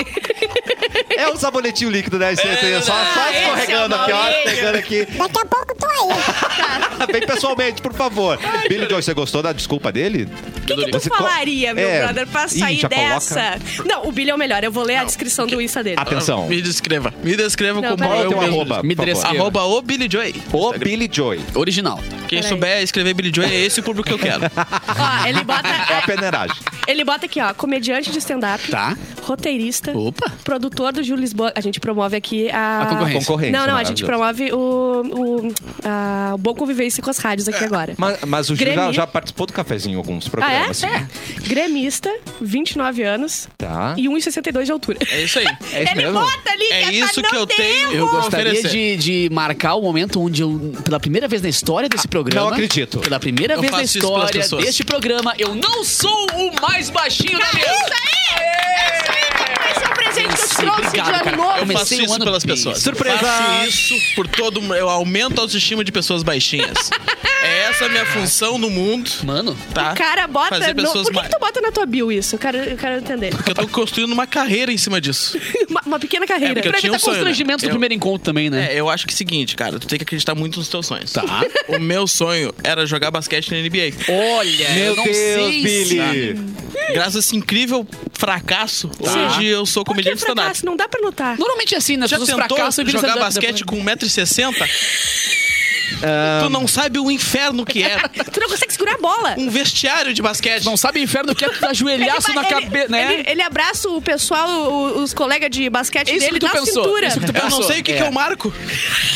É um sabonetinho líquido, né? Esse, esse- só, só
É esse
escorregando
é o
aqui, ó.
Maurício.
Pegando aqui.
Daqui a pouco tô aí.
Vem pessoalmente, por favor. Billy Joy, você gostou da desculpa dele?
O que, que tu
Você co-
falaria, meu
É.
brother, pra
Ih,
sair
já coloca.
dessa? Não, o Billy é o melhor. Eu vou ler a descrição do Insta dele.
Atenção.
Me descreva. Me descreva
Não,
como
peraí.
Qual é
eu
o teu
mesmo.
arroba?
Me
por favor?
dressa-
Arroba o Billy Joy.
O Billy Joy.
Original.
Quem
Peraí.
souber escrever Billy Joy é esse o público que eu quero.
Ó, ele bota,
É a peneiragem.
ele bota aqui, ó, comediante de stand-up,
Tá.
roteirista,
Opa.
produtor do Júlio Lisboa. A gente promove aqui a...
A concorrência.
Concorrência,
Não, não, a gente
maravilhoso.
promove o, o, a- o Bom Convivência com as rádios
É.
aqui agora.
Mas, mas o Gil já,
Grêmio.
já participou do cafezinho em alguns
Ah, é?
programas. assim.
É. Gremista, 29 anos
Tá.
e 1,62 de altura.
É isso aí.
É isso
Ele
mesmo?
bota ali
É
que
isso que eu tenho.
Eu gostaria
oferecer.
de, de marcar o momento onde eu, pela primeira vez na história desse programa.
não acredito.
Pela primeira
Eu
vez na
faço isso pelas
história
pessoas.
deste programa, eu não sou o mais baixinho da mesa.
Esse é o presente que eu
Sim,
trouxe
obrigado,
de
cara.
ano novo.
Eu
Comecei
faço
o
isso
ano
pelas
bem.
pessoas.
Surpresa!
Eu faço isso por todo mundo. Eu aumento a autoestima de pessoas baixinhas. é essa a minha função no mundo.
Mano,
Tá?
O cara bota.
Fazer
No... Por
pessoas
que, que
mais-
tu bota na tua bio isso? Eu quero, eu quero entender.
Porque eu tô construindo uma carreira em cima disso.
uma, uma pequena
É,
carreira.
porque eu
pra
tinha
evitar
um sonho, né?
constrangimento do
Eu-
primeiro encontro também, né?
É, eu acho que é o seguinte, cara, tu tem que acreditar muito nos teus sonhos.
Tá.
O meu sonho era jogar basquete na NBA.
Olha,
Meu
eu não
Deus,
sei se...
Billy.
Tá.
Graças a esse incrível fracasso,
Tá.
hoje eu sou
Por que
comediante stand-up.
fracasso? Não dá pra notar.
Normalmente é assim, né? As
Já
pessoas
tentou
fracassam e viram
jogar
stand-up
basquete
depois.
com 1,60m? Tu não sabe o inferno que é
Tu não consegue segurar a bola.
um vestiário de basquete.
Não sabe o inferno que é tu dar joelhaço
Ele
na
vai-
cabeça,
ele-
né?
Ele, ele abraça o pessoal, o- os colegas de basquete
É isso
dele
que tu
na
pensou,
cintura.
é isso que tu
Eu não
Passou.
sei o que, que eu marco.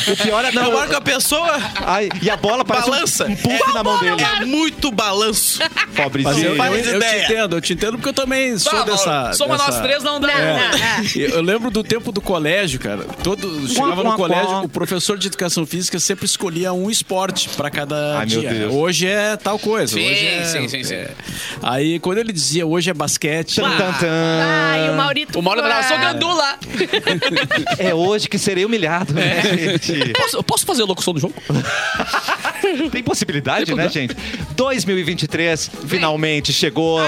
O pior é
Eu
não.
marco a pessoa.
Ai, e a bola parece um-
Balança.
um puff na mão dele.
É muito balanço.
Mas eu,
Pobrezinho.
faz um
eu- eu
ideia.
te entendo, eu te entendo porque eu também sou
Tá,
dessa.
Mauro, Soma
dessa-
nós três, não dá. É.
Eu eu lembro do tempo do colégio, cara. Todo chegava
quá,
no colégio,
quá.
o professor de educação física sempre escolhia um esporte pra cada
Ai, meu
dia.
Deus.
Hoje é tal coisa.
Sim,
hoje é-
sim, sim, sim.
é. Aí quando ele dizia hoje é basquete,
Tan, tan, tan.
Ai, Ah, o ah, Maurito.
O Mauro Brasil, sou gandula.
É hoje que serei humilhado,
É.
né, gente?
Posso, posso fazer a locução do jogo?
Tem possibilidade, né, gente? 2023 finalmente chegou.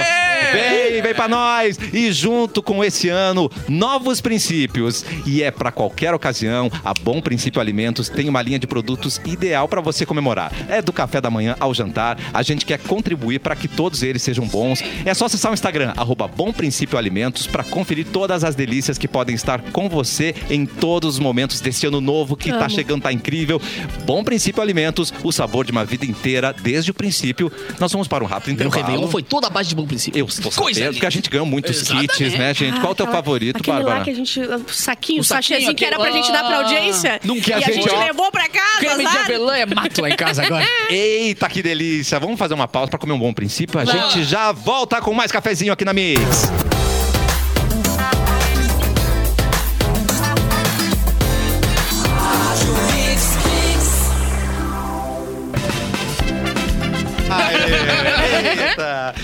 Vem, vem pra nós. E junto com esse ano, novos princípios. E é pra qualquer ocasião, a Bom Princípio Alimentos tem uma linha de produtos ideal pra você comemorar. É do café da manhã ao jantar. A gente quer é contribuir pra que todos eles sejam bons. É só acessar o Instagram, arroba Bom Princípio Alimentos, pra conferir todas as delícias que podem estar com você em todos os momentos desse ano novo que tá
Amo.
chegando, tá incrível. Bom Princípio Alimentos, o sabor de uma vida inteira desde o princípio. Nós vamos para um rápido
Meu
intervalo.
Réveillon foi toda a base de bom princípio.
Eu estou
Coisa
sabendo,
linda.
porque a gente ganhou muitos
Exatamente.
kits, né, gente? Qual o teu
aquela-
favorito,
ah, aquele
Bárbara?
Lá que a gente, o saquinho, o
saquinho,
sachêzinho que era pra
aquele-
gente dar pra audiência.
Ah. Não, que a
e a
gente,
gente
ó,
levou pra casa,
Creme de
azar.
avelã é mato lá em casa agora.
Eita, que delícia! Vamos fazer uma pausa para comer um bom princípio? A
Vamos.
gente já volta com mais cafezinho aqui na Mix. Aê, eita.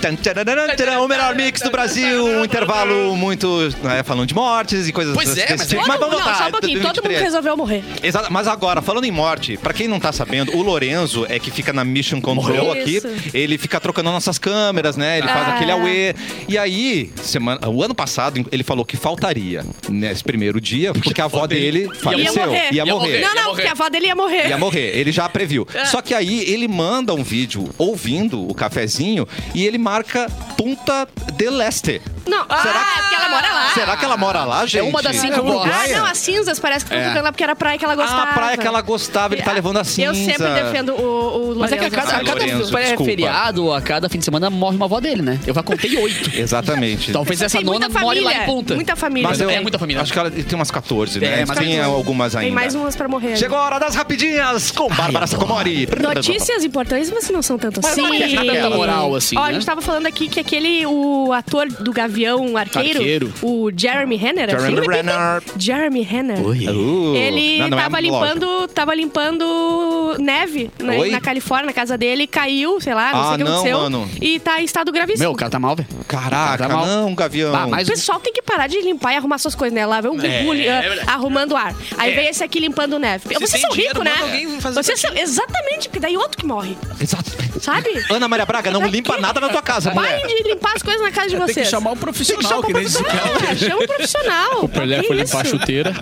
Tan, tararara, tarará, O melhor mix do Brasil, um intervalo muito. né, falando de mortes e coisas
Pois é,
desse
mas
tipo.
é-
Mas vamos
não,
voltar.
só um pouquinho, todo mundo
23.
resolveu morrer.
Exato, mas agora, falando em morte, pra quem não tá sabendo, o Lorenzo é que fica na Mission Control
Morreu.
aqui.
Isso.
Ele fica trocando nossas câmeras, né? Ele faz
Ah.
aquele auê. E aí, semana, o ano passado, ele falou que faltaria nesse primeiro dia, porque a avó dele faleceu.
morrer. Ah.
Ia
Ia
morrer.
não, não,
morrer.
porque a avó dele ia morrer.
Ia morrer, ele já previu. Só que aí ele manda um vídeo ouvindo o cafezinho e ele marca Punta del Este.
Não,
Será-
ah, é porque ela mora lá.
Será que ela mora lá, gente?
É uma das cinco
Uruguaia?
Ah, não, as cinzas parece que foi é. lá porque era a praia que ela
é. Ah,
gostava.
a praia que ela gostava, ele tá levando a cinza.
Eu sempre defendo o, o
Mas é que a
Lorenzo.
cada, a cada
Lorenzo,
fe-
desculpa.
é feriado, a cada fim de semana, morre uma avó dele, né? Eu já contei oito.
Exatamente.
Talvez essa
Tem muita
nona more lá
família,
em ponta.
muita família.
Então, Mas
Mas
é muita família.
Acho que ela tem umas 14,
É,
né?
mas
tem
tem-
algumas ainda.
Tem mais um. umas pra morrer.
Chegou a hora das rapidinhas com Bárbara Sacomori.
Notícias importantes, mas não são tanto assim.
não é tanta moral assim,
Ó,
né?
a gente tava falando aqui que aquele, o ator do Gavião Arqueiro,
Arqueiro.
o Jeremy Renner, é assim?
Jeremy Renner.
Jeremy Renner.
Uh,
Ele
não, não é
tava,
lógico.
limpando, tava limpando neve na,
Oi?
na Califórnia, na casa dele, caiu, sei lá, não
Ah,
sei o que
não,
aconteceu.
mano.
E tá em estado gravíssimo.
Meu, o cara tá mal, velho.
Caraca,
Tá mal.
não, Gavião.
Ah, mas-
O pessoal tem que parar de limpar e arrumar suas coisas, né? Lá vem o Gugu li- arrumando ar. Aí vem esse aqui limpando neve. Vocês
tem
são
dinheiro,
ricos, né?
manda alguém fazer
Vocês são... Exatamente, porque daí outro que morre,
Exato.
sabe?
Ana Maria Braga, não
Pra
limpa
quê?
nada na tua casa, mulher.
Parem de limpar as coisas na casa de
Tem
vocês.
que chamar o
Tem que chamar
profissional,
o
que nem esse
profissional.
cara.
É, Chama o profissional. Que isso?
chuteira.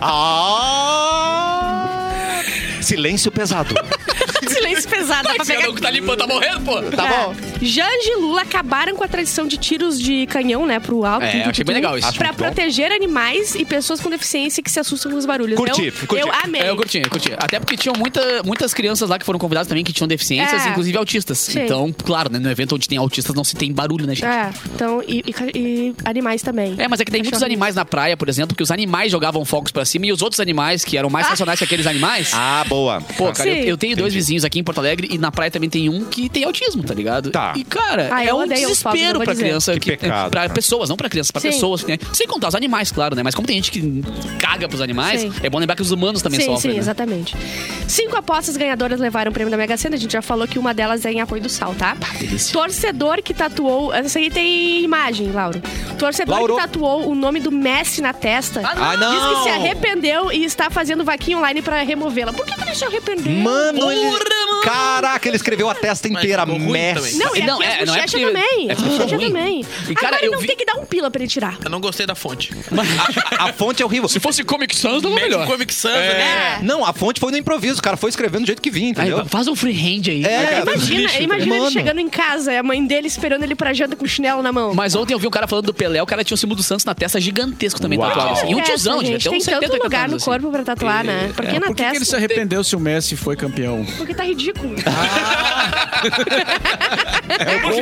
Ah! Silêncio pesado.
Silêncio pesado. dá pra
Esse
pegar
cara que tá limpando, tá morrendo, pô.
Tá bom?
É. Jange e Lula acabaram com a tradição de tiros de canhão, né, pro alto.
É,
tum, tum,
achei
tum,
bem legal isso.
Acho
Pra
muito bom.
proteger animais e pessoas com deficiência que se assustam com os barulhos.
Curti,
eu,
curti.
eu amei.
É, eu curti, eu curti. Até porque tinham muita, muitas crianças lá que foram convidadas também que tinham deficiências,
É.
inclusive autistas.
Sim.
Então, claro, né? No evento onde tem autistas não se tem barulho, né, gente?
É, então, e, e ca- e animais também.
É, mas é que tem
Achei
muitos
horrível.
animais na praia, por exemplo, que os animais jogavam fogos pra cima e os outros animais, que eram mais
Ah.
racionais que aqueles animais.
Ah, boa.
Pô, cara, eu,
Sim.
eu tenho dois vizinhos aqui em Porto Alegre e na praia também tem um que tem autismo, tá ligado?
Tá.
E, cara,
Ah,
é
eu
um
odeio os fogos, eu
desespero
vou
pra
dizer.
criança.
Que pecado,
Pra
né?
pessoas, não pra crianças, pra
Sim.
pessoas, né? Sem contar os animais, claro, né? Mas como tem gente que caga pros animais,
Sim.
é bom lembrar que os humanos também
Sim,
sofrem.
sim,
né?
exatamente. Cinco apostas ganhadoras levaram o prêmio da Mega Sena. A gente já falou que uma delas é em apoio do sal, tá?
Ah, delícia.
Torcedor que tatuou. Essa aí tem imagem, Lauro. Torcedor
Lauro.
que tatuou o nome do Messi na testa.
Ah, não!
Diz que se arrependeu e está fazendo vaquinha online pra removê-la. Por que que ele se arrependeu?
Mano, ele... Caraca, ele escreveu a testa
Mas
inteira.
ficou ruim
Messi.
também.
Não, e
Não,
aqui
é,
as
não é
bochechas
porque-
também.
é
As
porque ficou
bochechas
ruim.
também.
E, cara,
Agora
eu
não
vi-
tem que dar um pila pra ele tirar.
Eu não gostei da fonte.
A fonte é horrível.
Se fosse Comic Sans, não é
Mete
melhor.
um Comic Sans ali.
É.
Não, a fonte foi no improviso. O cara foi escrevendo do jeito que vinha,
Aí,
entendeu?
faz um freehand aí.
É,
Imagina,
lixo,
imagina ele
mano.
chegando em casa e a mãe dele esperando ele pra janta com chinelo na mão.
Mas ontem eu vi um cara falando do Pelé, o cara tinha o símbolo do Santos na testa gigantesco também
Uau.
tatuado. Assim. E um
Testa,
tiozão,
gente.
gente. Tem
Tem
uns 70,
tanto
80
lugar
anos,
no
assim. É,
corpo pra tatuar, né? Por que na
Por que, que
testa?
ele se arrependeu se o Messi foi campeão?
Porque tá ridículo.
É um bom é,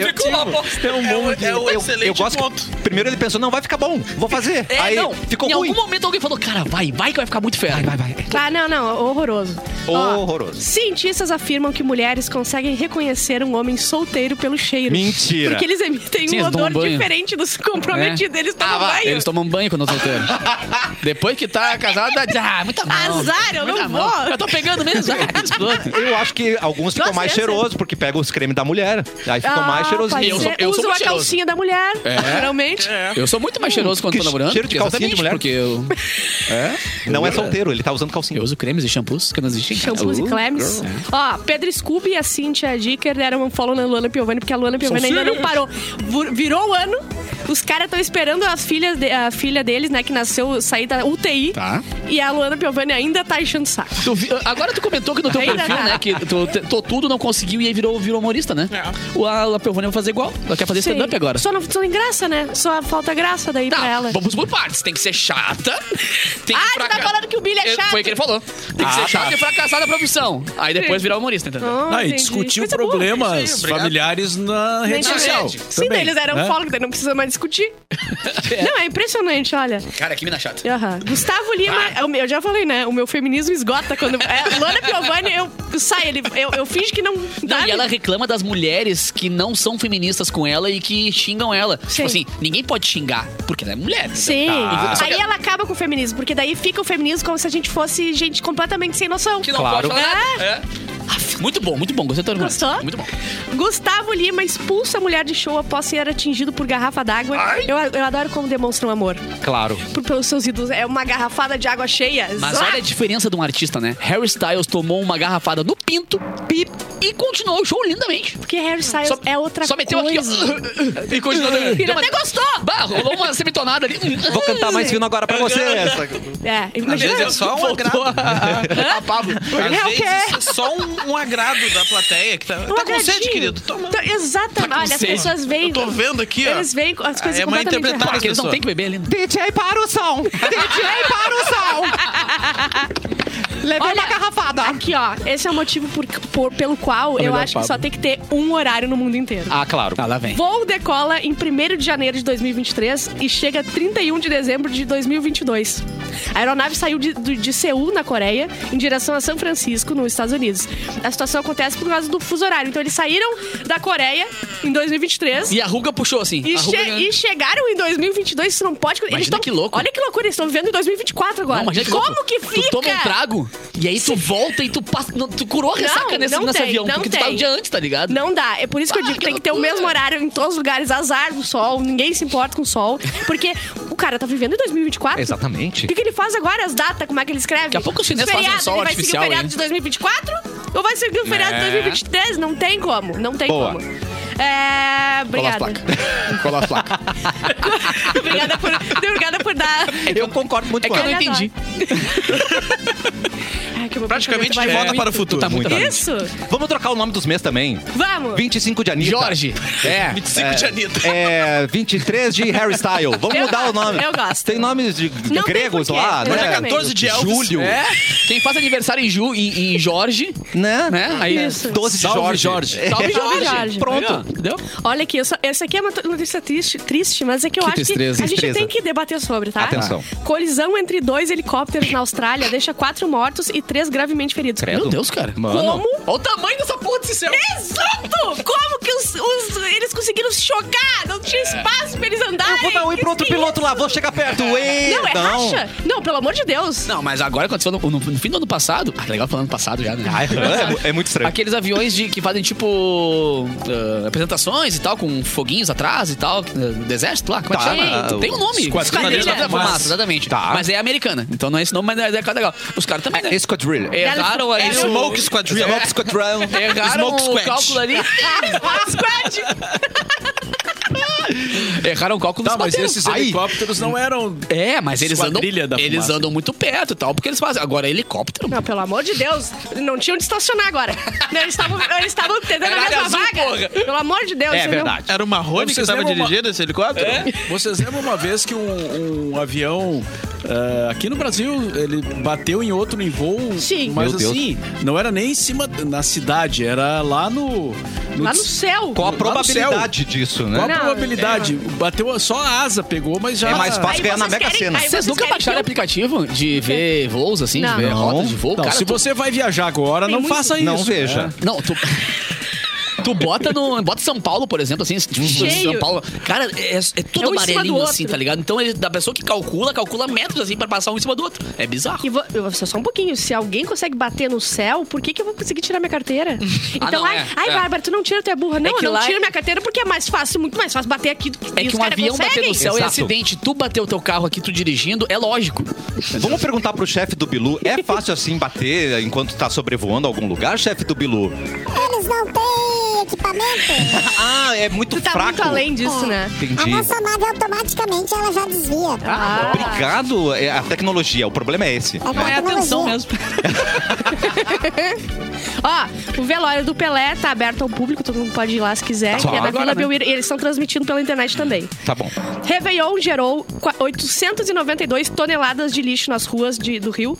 o
Eu-
excelente
eu gosto que-
ponto.
primeiro ele pensou, não, vai ficar bom, vou fazer.
É,
Aí
não.
ficou
em
ruim.
algum momento alguém falou, cara, vai, vai que vai ficar muito ferro. Vai, vai, vai.
Ah, não, não, horroroso. Ó,
Horroroso.
cientistas afirmam que mulheres conseguem reconhecer um homem solteiro pelo cheiro.
Mentira.
Porque eles emitem
Sim,
um
eles tomam
odor
banho. É. Ah,
diferente dos comprometidos. Eles
Tá,
tomam um banho.
Eles tomam banho quando estão solteiros. Depois que tá casado, dá- ah, muita mão.
Azar, eu
Muita
não
mão.
vou.
Eu tô pegando mesmo. Ah, que explode.
Eu acho que alguns ficam
Nossa,
mais
essa- Ah,
cheirosos, porque pegam os cremes da mulher. Aí ficam
pode
mais cheirosinhos.
Eu
ser.
sou-
Usam
eu sou muito
a
cheiroso. É.
calcinha da mulher, geralmente.
Eu sou muito mais cheiroso quando
É. que
tô namorando.
cheiro de calcinha de
exatamente,
mulher.
Porque eu,
Não é solteiro, ele tá usando calcinha.
eu uso cremes e shampoos que não existem. Uh, cara.
Shampoos e Clems. Ó, Pedro Scooby e a Cintia Dicker deram um follow na Luana Piovani, porque a Luana Piovani ainda não parou. Vu- Virou o ano. Os caras estão esperando as filhas de- a filha deles, né, que nasceu sair da UTI.
Tá.
e a Luana Piovani ainda tá enchendo o saco.
Tu vi- Agora tu comentou que no teu
Ainda
perfil,
tá.
né? Que tu tu tudo não conseguiu e aí virou, virou humorista, né?
É.
O Ala Piovani vai fazer igual. Ela quer fazer
Sim.
stand-up agora.
Só não, só não engraça, né? Só falta graça daí pra
Tá,
ela.
vamos por partes. Tem que ser chata. Tem
Ah,
que
tu tá falando que o Billy é chato.
Foi o que ele falou.
Ah,
Tem que ser chata
tá.
e fracassar na profissão. Aí depois virar humorista, entendeu?
Ah,
Ah, e
entendi.
discutiu
Coisa boa.
problemas
isso aí, obrigado.
familiares na
Na
rede social.
internet. Sim, daí
também,
eles eram
né?
folga, daí não precisa mais discutir. Não, é impressionante, olha.
Cara, que mina chata.
Aham. Gustavo Lima, eu, eu já falei, né? O meu feminismo esgota quando. É, Luana Piovani, eu saio, ele, eu, eu finge que não dá.
e ela reclama das mulheres que não são feministas com ela e que xingam ela.
Sim.
Tipo assim, ninguém pode xingar, porque ela é mulher.
Sim.
Só que-
Aí ela acaba com o feminismo, porque daí fica o feminismo como se a gente fosse gente completamente sem noção.
Que não
Claro.
pode falar nada. É.
Muito bom, muito bom. Gostei do teu argumento.
Gostou?
Muito bom.
É. Gustavo Lima expulsa a mulher de show após ser atingido por garrafa d'água. Eu, eu adoro como demonstram amor.
Claro.
Por, pelos seus ídolos. É uma garrafada de água cheia.
Mas
Zá!
olha a diferença de um artista, né? Harry Styles tomou uma garrafada no pinto pip, e continuou o show lindamente.
Porque Harry Styles
Só-
é outra
Só meteu
coisa.
aqui, ó. E continuou. deu
Ele
uma-
até gostou.
Bah, rolou uma semitonada ali.
Vou cantar mais vindo agora pra vocês.
É,
Às vezes
imagina.
é só um agrado.
a Pablo.
É o
Às
quê?
vezes é só um, um agrado da plateia que tá,
Um
tá com sede,
agradinho.
querido. Toma.
Então, exatamente. olha, as
sede.
pessoas veem.
Eu tô vendo aqui, ó.
Eles veem as coisas
É uma
completamente
interpretação.
erradas.
Porque eles não
pessoa.
têm que beber ali. né?
DJ para o som! DJ para o som! Levei
Olha,
uma garrafada.
Aqui, ó. Esse é o motivo por- por- pelo qual eu
melhor
acho que
Pablo.
só tem que ter um horário no mundo inteiro.
Ah, claro.
Ah, lá vem.
Voo decola em 1 de janeiro de 2023 e chega 31 de dezembro de 2022. A aeronave saiu de, do- de Seul, na Coreia, em direção a São Francisco, nos Estados Unidos. A situação acontece por causa do fuso horário. Então eles saíram da Coreia em 2023 e,
E a ruga puxou assim. a ruga...
che- e chegaram em 2022. Isso não pode... eles
Imagina
tão-
que louco.
Olha que loucura, eles estão vivendo em 2024 agora.
Não, imagina que
Como
louco.
que fica?
Tu toma um trago e aí tu volta e tu passa. não, tu curou a ressaca
Não,
nesse,
não
nesse
tem,
avião.
não
porque tu tá
tem.
o dia antes, tá ligado?
Não dá. É por isso que eu
Ah,
digo que,
que
tem que ter o
loucura.
mesmo horário em todos os lugares. Azar do sol, ninguém se importa com o sol. Porque o cara tá vivendo em 2024.
Exatamente.
O que, que ele faz agora? As datas, como é que ele escreve?
Daqui a pouco os chineses
feriado,
fazem um sol
Ele vai seguir
artificial,
o feriado
hein? É.
de 2024 ou vai seguir o feriado de 2023? Não tem como. Não tem
Boa.
como. É. Obrigada.
Cola a placa.
obrigada, por, obrigada por dar.
Eu concordo muito
É que
com
eu
ela.
Olha
não entendi.
Ai, que meu
Praticamente
pensamento
de
vai
volta
muito.
para o futuro.
Tá muito bem.
Isso!
Vamos trocar o nome dos meses também.
Vamos!
25 de Anitta.
Jorge.
É.
25
é,
de Anitta.
É, 23 de Harry Style. Vamos
Eu
mudar o nome.
gosto, eu gosto.
Tem nomes de
Não tem
gregos
porquê.
lá,
Hoje
né?
é
14 de Elvis.
Júlio.
né?
É. Quem faz aniversário em, Ju, em, em Jorge,
Né?
né? Aí,
Isso.
12 de
Salve,
Jorge.
Jorge.
Salve,
Salve Jorge. É.
Jorge.
Pronto. Entendeu?
Olha aqui, eu só- essa aqui é uma notícia triste, triste mas é que eu acho
tristeza,
que a gente
tristeza.
tem que debater sobre, tá?
Atenção.
Colisão entre dois helicópteros na Austrália deixa quatro mortos e três gravemente feridos.
Meu Deus, cara.
Mano.
Como?
Olha o tamanho dessa porra desse céu.
Exato! Como que os, os- eles conseguiram se chocar? Não tinha espaço pra eles andarem.
Eu vou dar um e
Que
pro outro
que
piloto lá, vou chegar perto. Ei,
Não, é racha. Não, pelo amor de Deus.
Não, mas agora aconteceu no, no- no fim do ano passado. Ah, legal falando passado já, né?
Ai, é mu- é muito estranho.
Aqueles aviões de, que fazem tipo ah, apresentações e tal, com foguinhos atrás e tal, ah, do exército lá, como é que
Tá,
chama?
ah,
Tem um nome.
Esquadrilha
da
da
Fumaça.
Fumaça, exatamente.
Tá.
Mas é americana, então não é esse nome, mas é é legal. Os caras também, né?
Esquadrilha.
Erraram ali. o-
Smoke Squadron.
Smoke Squadron.
Erraram
Smoke
o
Squad.
cálculo ali.
Ah,
Erraram o cálculo
Tá,
dos
mas
um
bateram.
esses
Aí-
helicópteros não eram.
É, mas eles andam,
Esquadrilha da
eles
Fumaça.
andam muito perto e tal, porque eles fazem. Agora, helicóptero.
Não, pelo amor de Deus. Não tinham onde estacionar agora. Não, Eles estavam eles estavam tentando a
Era
mesma
área É azul,
vaga.
porra.
Pelo amor de Deus.
É
entendeu?
verdade.
Era o Marrone que
Vocês
estava
lembram uma-
dirigindo esse helicóptero?
É.
Vocês lembram uma vez que um, um avião ah, aqui no Brasil ele bateu em outro em voo?
Sim.
Mas
Meu Deus.
assim, não era nem em cima na cidade, era lá no. no
Lá no céu.
Qual a
Lá no céu.
probabilidade disso,
Qual a
né?
Não, é.
probabilidade? Bateu só a asa, pegou, mas já.
É mais fácil
Aí
ganhar na
vocês
Mega
querem-
Sena.
aí
Vocês
vocês
nunca
querem
baixaram
que eu-
aplicativo de ver voos, assim,
Não.
de
é
ver
Não.
rotas de voo?
Não,
cara,
se
tu-
você vai viajar agora,
Tem
não
muito-
faça isso. né?
Não veja.
Não, tu. Tu bota no. Bota São Paulo, por exemplo, assim, tipo,
Cheio.
São Paulo. Cara, é, é
É
todo
um em cima do
amarelinho,
outro.
assim, tá ligado? Então, ele, da pessoa que calcula, calcula metros, assim, pra passar um em cima do outro. É bizarro.
E vou, eu vou só- só um pouquinho. Se alguém consegue bater no céu, por que, que eu vou conseguir tirar minha carteira? Então,
não,
ai,
é,
ai
é.
Bárbara, tu não tira, tu é burra. Não,
que
eu não
lá-
tiro minha carteira porque é mais fácil, muito mais fácil bater aqui do que
É
os
que um
caras
avião
conseguem.
bater no céu é
Exato.
acidente. Tu bater o teu carro aqui, tu dirigindo, é lógico.
Vamos perguntar pro chefe do Bilu, é fácil assim bater enquanto tá sobrevoando algum lugar, chefe do Bilu?
Eles não têm equipamento automaticamente.
Ah, é muito
Tu tá
fraco.
muito além disso,
É.
né?
A
Entendi.
nossa nave automaticamente ela já desvia. É
Ah, obrigado. É a tecnologia, o problema é esse.
Não, é
Tá
atenção
tecnologia.
mesmo.
Ó, o velório do Pelé tá aberto ao público, todo mundo pode ir lá se quiser.
Só
que é na
agora,
Vila
né?
Belmiro. E eles estão transmitindo pela internet também.
Tá bom.
Réveillon gerou qua- 892 toneladas de lixo nas ruas de- do Rio.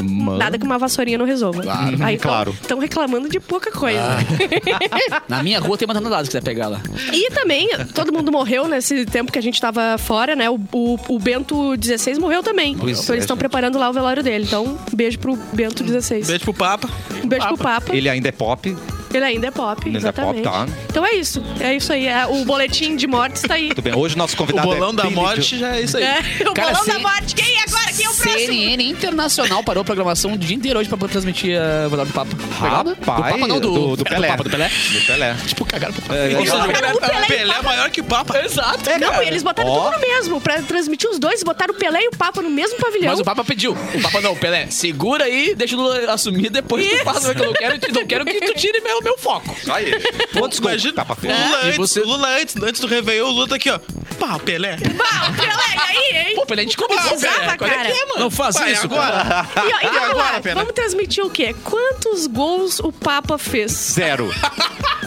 Nada que uma vassourinha não resolva. Claro. Aí
Claro.
Estão reclamando de pouca coisa.
Ah. Na minha rua tem uma tonelada se quiser pegar lá.
E também, todo mundo morreu nesse tempo que a gente tava fora, né? O, o- o Bento 16 morreu também. então eles estão preparando lá o velório dele. Então, beijo pro Bento 16.
Beijo pro Papa.
um beijo pro Papa. Ele,
Ele ainda é pop.
ainda é pop,
ainda é pop,
exatamente.
tá.
Então é isso. É isso aí. É, o boletim de mortes tá aí.
Tudo bem. Hoje o nosso
O
convidado
bolão
é
da
Billy
morte já é isso aí.
É, o
Cara,
bolão da
sem-
morte. Quem é agora? Quem é o próximo?
CNN Internacional parou a programação o dia inteiro hoje pra poder transmitir a Verdade do Papa.
Joe.
Legal, né?
Rapaz,
do Papa não, do,
do, do
é,
Pelé.
Papa, do Pelé.
Do Pelé.
Tipo, cagaram pro Papa.
É, é, é.
Nossa, o Pelé,
o É, Pelé
é maior que o Papa. Exato.
Não, e eles botaram
Ó.
tudo no mesmo. Pra transmitir os dois, botaram o Pelé e o Papa no mesmo pavilhão.
Mas o Papa pediu. O Papa não, Pelé, segura aí, deixa o Lula assumir, depois tu faz o que eu não quero, eu não quero que tu tire meu, meu foco.
Só ele. Quantos gols
Imagina-
tá pra frente?
Lula,
E
antes,
você-
Lula antes, antes do Réveillon, o Lula tá aqui, ó. Pá, Pelé.
Bah, o Pelé, e aí, hein?
Pô, Pelé, a gente começou,
Precisava,
Pelé. Qual
cara.
É que é, mano? Não faz
Vai,
isso,
agora.
cara.
E,
Ah,
ó, e vamos lá,
agora, Pelé?
vamos transmitir o quê? Quantos gols o Papa fez?
Zero.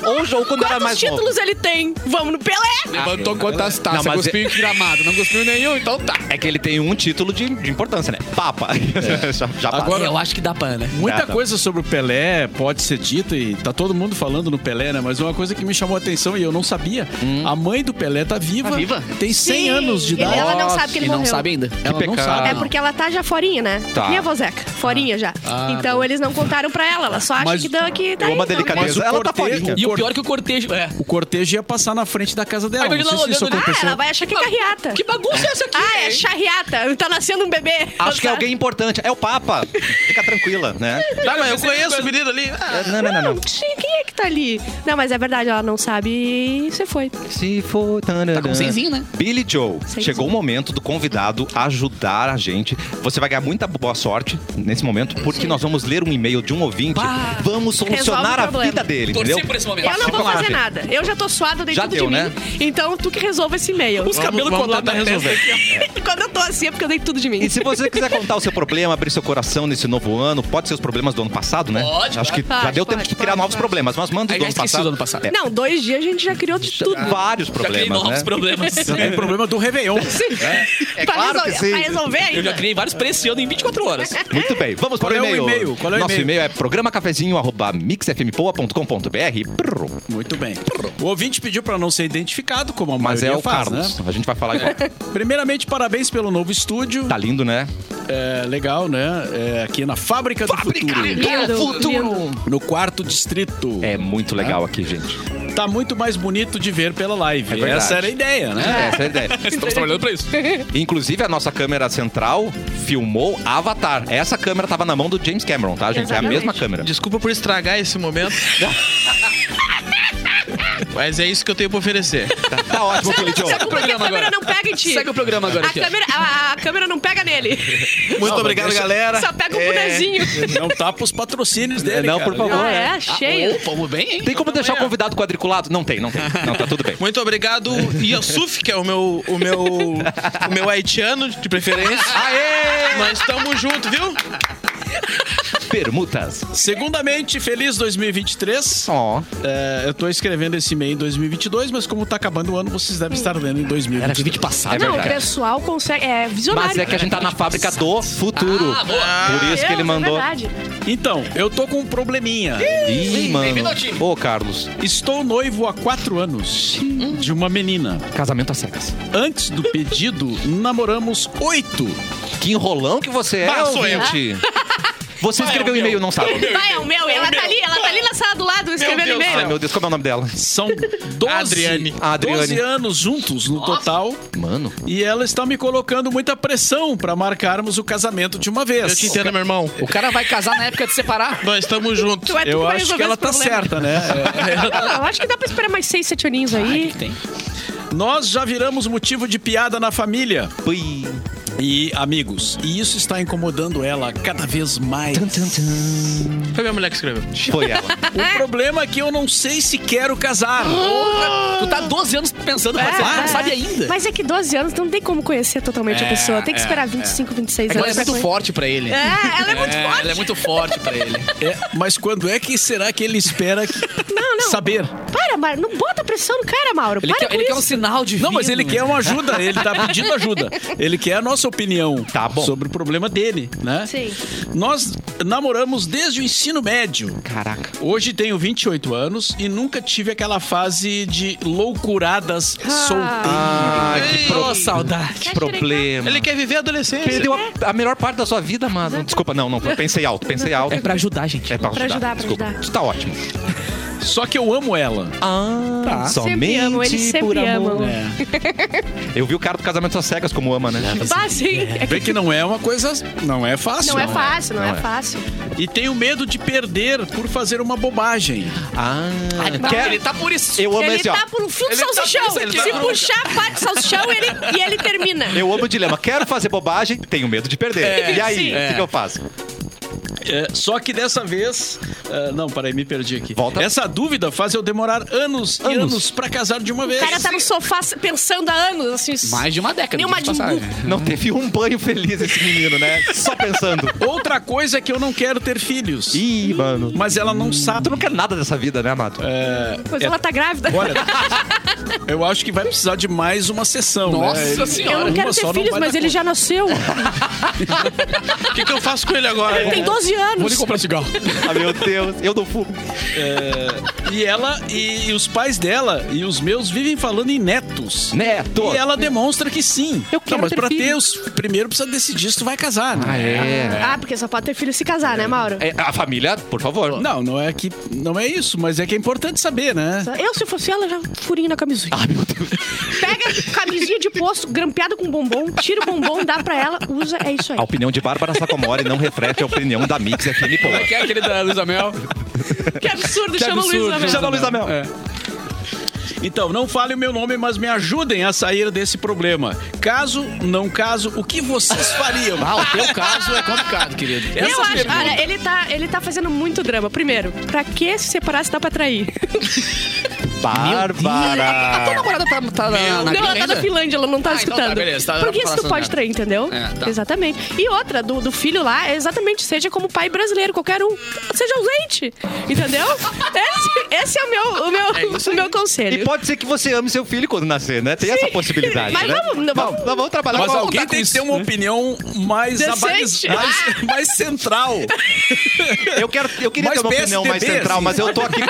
Hoje ou quando era
Quantos
é mais novo.
títulos ele tem? Vamos no Pelé!
Levantou quantas taças,
Não, mas
cuspiu em gramado, não cuspiu em nenhum, então tá.
É que ele tem um título de, de importância, né? Papa. já já
Agora,
passa.
eu acho que dá pra, né?
Muita
Nada.
coisa sobre o Pelé pode ser dita e tá todo mundo falando no Pelé, né? Mas uma coisa que me chamou a atenção e eu não sabia, a mãe do Pelé tá viva.
Tá viva?
Tem 100
Sim,
anos de
ele-
idade.
Ela não sabe que ele
e não
morreu.
sabe ainda.
Ela não
pecado.
sabe.
É porque ela tá já forinha, né?
Ah. Tá. Ah,
Minha vozeca, forinha já. então eles não contaram pra ela, ela só acha
Mas
que, dá, que tá
Eu amo
aí, então.
a
Mas o
delicadeza. Ela tá
cortejo-
forinha.
E o pior é que o cortejo... É.
O cortejo ia passar na frente da casa dela.
Aí,
Não
Danilo
sei se isso
olhando,
Ah,
aconteceu.
ela vai achar que é carreata.
Que bagunça é essa aqui?
Ah, é
hein?
charreata. Tá nascendo um bebê.
Acho que é alguém importante. É o Papa. Fica tranquila, né?
Tá, mas eu conheço o menino ali. Ah,
Não, não, não. não.
Sim, Quem é que tá ali? Não, mas é verdade, ela não sabe e você foi.
Se for. Tá
com senzinho, né?
Billy Joe,
Senzinho.
chegou o momento do convidado ajudar a gente. Você vai ganhar muita boa sorte nesse momento, porque nós vamos ler um e-mail de um ouvinte. Vamos
Resolve
solucionar
o
a
problema.
vida dele,
Torci
entendeu?
por esse momento.
Eu não vou
Claro.
fazer nada. Eu já tô suada, dei
Já
tudo de
deu,
mim.
né?
Então tu que resolva esse e-mail.
Os cabelos
vamos
colados
tentar
na testa
resolver.
aqui,
Quando eu tô assim é porque eu dei tudo de mim.
E se você quiser contar o seu problema, abrir seu coração nesse novo ano, pode ser os problemas do ano passado, né?
Pode,
Acho que
pode.
já deu
Pode,
tempo de
pode,
criar
pode,
novos
pode.
problemas, mas manda os
Aí
do
já
ano
esqueci
passado.
do ano passado.
É,
Não, dois dias a gente já criou de tudo.
vários
ó. Já criei
problemas,
novos
né?
problemas.
Já tem é problema do Réveillon.
pra,
É claro que
resolver,
sim.
pra resolver
Eu já
ainda.
criei vários pra esse ano em 24 horas.
Muito bem, vamos
Qual
para
é
o
o
e-mail.
e-mail? Qual é o
Nosso
e-mail?
e-mail é programacafezinho.cafezinho.com.br.
Muito bem. O ouvinte pediu pra não ser identificado, como a
Mas
maioria
é o
faz,
Carlos.
né?
A gente vai falar igual.
Primeiramente, parabéns pelo novo estúdio.
Tá lindo, né?
É, legal, né? É, aqui na Fábrica, do
Lindo,
Futuro.
lindo.
No quarto distrito.
É muito legal aqui, gente.
Tá muito mais bonito de ver pela live.
É verdade.
Essa era a ideia, né?
Essa é a ideia.
Estamos trabalhando pra isso.
Inclusive, a nossa câmera central filmou Avatar. Essa câmera tava na mão do James Cameron, tá, gente? É a
Exatamente.
mesma câmera.
Desculpa por estragar esse momento. Mas é isso que eu tenho pra oferecer.
Tá, tá ótimo, Billy Joe.
Sabe por que a câmera não pega em ti?
Segue o programa agora
A
aqui. ó.
câmera, a, a câmera não pega nele.
Muito obrigado, galera.
Só pega o bonezinho.
Não tapa os patrocínios dele.
É. Não,
cara.
por favor.
Ah, é? Cheio.
Ô, vamos bem, hein?
Tem como deixar o convidado quadriculado? Não tem, não tem. Não, tá tudo bem.
Muito obrigado, Yasuf, que é o meu, o meu, o meu haitiano de preferência.
Aê!
Nós estamos junto, viu?
Permutas.
Segundamente, feliz 2023.
Ó.
É, eu tô escrevendo esse e-mail em 2022, mas como tá acabando o ano, vocês devem estar lendo em 2023.
vídeo passado.
É
não, o
verdade.
pessoal consegue. É visionário.
Mas é que a gente tá na fábrica do futuro. Por isso que ele mandou.
É verdade.
Então, eu tô com um probleminha.
Ih, mano. Ô, Carlos.
Estou noivo há quatro anos de uma menina.
Casamento às cegas.
Antes do pedido, namoramos oito.
Que enrolão que você é,
Ah, sou eu.
ouvinte. Você escreveu um e-mail, não sabe.
Vai, é o meu. Ela tá ali, ela tá ali na sala do lado escrevendo
Deus do
Ai,
um e-mail.
meu Deus, como é o nome dela?
São 12,
Adriane.
12
Adriane.
anos juntos no total.
Mano.
E ela está me colocando muita pressão pra marcarmos o casamento de uma vez.
Eu te entendo, meu irmão.
O cara vai casar na época de separar.
Nós estamos juntos.
Tu é tu
Eu
vai
acho
resolver
que ela
esse
tá
problema.
certa, né? É, é.
Ah, eu acho que dá pra esperar mais seis, sete aninhos aí.
Tem.
É.
Nós já viramos motivo de piada na família.
Pui.
e amigos. E isso está incomodando ela cada vez mais.
Foi minha mulher que escreveu.
Foi ela.
O problema é que eu não sei se quero casar.
Tu tá 12 anos pensando, mas você não sabe ainda.
Mas é que 12 anos não tem como conhecer totalmente a pessoa. Tem que esperar 25, 26
É que
anos.
ela é
pra
muito
conhecer.
forte pra ele.
É, ela é muito forte.
Ela é muito forte pra ele.
É, mas quando é que será que ele espera que-
Não, não.
saber?
Para, Mauro. Não bota pressão no cara, Mauro.
Ele,
para
quer,
com
ele quer
isso.
um sinal de né?
Não, mas ele quer uma ajuda, ele tá pedindo ajuda. Ele quer a nossa opinião
Tá bom.
sobre o problema dele, né?
Sim.
Nós namoramos desde o ensino médio.
Caraca.
Hoje tenho 28 anos e nunca tive aquela fase de loucuradas solteiras.
Ah, que
Ô, saudade.
problema.
Ele quer viver a adolescência.
Perdeu a, a melhor parte da sua vida, mano. Desculpa, não, não. eu Pensei alto, pensei alto.
É pra ajudar, gente.
É pra
Pra
ajudar,
ajudar, pra
desculpa.
ajudar.
Tu tá ótimo.
Só que eu amo ela.
Ah,
Sempre amam, eles sempre amam.
Eu vi o cara do casamento às cegas como ama, né?
Bah, sim. É
Vê
que
que não é uma coisa. Não é fácil.
Não é fácil, não,
Não
é,
é.
fácil.
E tenho medo de perder por fazer uma bobagem.
Ah, quer-
Ele tá por isso.
eu amo
ele
esse, ó.
tá por um fio de
Ele tá
salsichão.
preso, ele
Se
tá-
puxar, bate salsichão ele, e ele termina.
Eu amo o dilema. Quero fazer bobagem, tenho medo de perder. e aí,
Sim.
o que que eu faço?
É, só que dessa vez. ah, não, peraí, me perdi aqui.
Volta.
Essa dúvida faz eu demorar anos, e
Anos.
anos pra casar de uma
O
vez.
cara tá no sofá pensando há anos, assim.
Mais de uma década.
Nenhuma
diga-se de
de-
passagem.
Não teve um banho feliz esse menino, né? Só pensando.
Outra coisa é que eu não quero ter filhos.
Ih, mano.
Mas ela não sabe.
Tu não quer nada dessa vida, né, Mato?
Pois ela tá grávida.
Olha, eu acho que vai precisar de mais uma sessão.
Nossa
né?
senhora.
eu não
uma
quero
só
ter
não
filhos,
vai
mas
dar
ele já nasceu.
O que, que eu faço com ele agora?
É.
Ele tem 12
Vou
anos.
lhe comprar cigarro.
Ah, meu Deus, eu não fumo.
E ela e, e os pais dela e os meus vivem falando em netos.
Neto!
E ela demonstra que sim.
Eu quero
não, mas
ter
pra ter
filho.
os primeiro precisa decidir se tu vai casar, né?
É.
Ah, porque só pode ter filho se casar, né, Mauro?
É, A família, por favor.
Não, não é que não é isso, mas é que é importante saber, né?
Eu, se fosse ela, já furinho na camisinha. Ah, meu Deus. Pega camisinha de posto, grampeada com bombom, tira o bombom, dá pra ela, usa, é isso aí.
A opinião de Bárbara Sacomori não reflete a opinião da Mix FM, pô.
Quer aquele da Luiz Amel?
Que absurdo, chama o Luiz Amel.
Chama a Luísa Mel.
É. Então, não fale o meu nome, mas me ajudem a sair desse problema. Caso, não caso, o que vocês fariam?
Ah, o teu caso é complicado, querido.
Eu acho, olha, ele tá, ele tá fazendo muito drama. Primeiro, pra que se separar se dá pra trair?
A tua
Bárbara.
namorada tá, tá na, na
não, ela tá
ainda?
na Finlândia, ela não tá
Ah, então
escutando.
tá, beleza, tá na
Por que isso tu
falação
pode
dela.
trair, entendeu?
É, tá.
Exatamente. E outra, do, do filho lá, é exatamente, seja como pai brasileiro, qualquer um, seja ausente, entendeu? Esse, esse é o meu, o meu, o meu
E
conselho.
pode ser que você ame seu filho quando nascer, né? Tem essa possibilidade,
Mas
né?
vamos- vamos-
Vamos, nós vamos trabalhar
Mas
com
alguém tem que ter uma opinião mais
Decente.
abalizada, mais, mais central.
Eu, quero, eu queria
Mais
ter uma opinião
PSDB,
mais central,
assim.
mas eu tô aqui.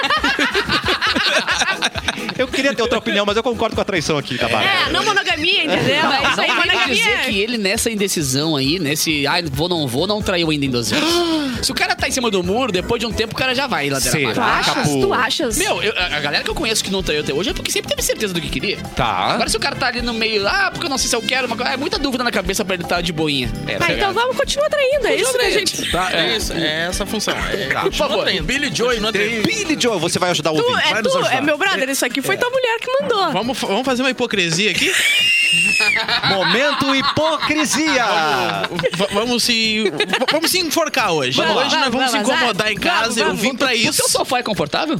eu queria ter outra opinião, mas eu concordo com a traição aqui, tá, Bárbara?
É, não monogamia, entendeu? É isso aí,
Não quer
monogamia.
dizer que ele nessa indecisão aí, nesse ai, vou, não vou, não traiu ainda em 12 anos. Se o cara tá em cima do muro, depois de um tempo o cara já vai ladeira
Será?
abaixo.
Tu achas?
Acabou.
Tu achas?
tá Meu, eu- a a galera que eu conheço que não traiu até hoje é porque sempre teve certeza do que queria.
Tá.
Agora se o cara tá ali no meio, ah, porque eu não sei se eu quero, uma coisa, é muita dúvida na cabeça pra ele estar de boinha.
É,
Ah, então vamos continuar traindo, é isso, né, gente?
Tá, é isso. É essa a função. É,
Por favor,
Billy Joy não tem.
Billy Joe, você vai ajudar o
Tu,
ouvinte.
é tu, é meu brother, isso aqui foi tua mulher que mandou.
Vamos, fa- vamos fazer uma hipocrisia aqui?
Momento
Ah.
hipocrisia!
V- vamos se. v- Vamos se enforcar hoje.
Vamos,
hoje nós vamos
vamos,
se
Ah,
vamos,
incomodar em
vamos,
casa. Eu
vamos,
vim pra
o
isso.
seu sofá é confortável?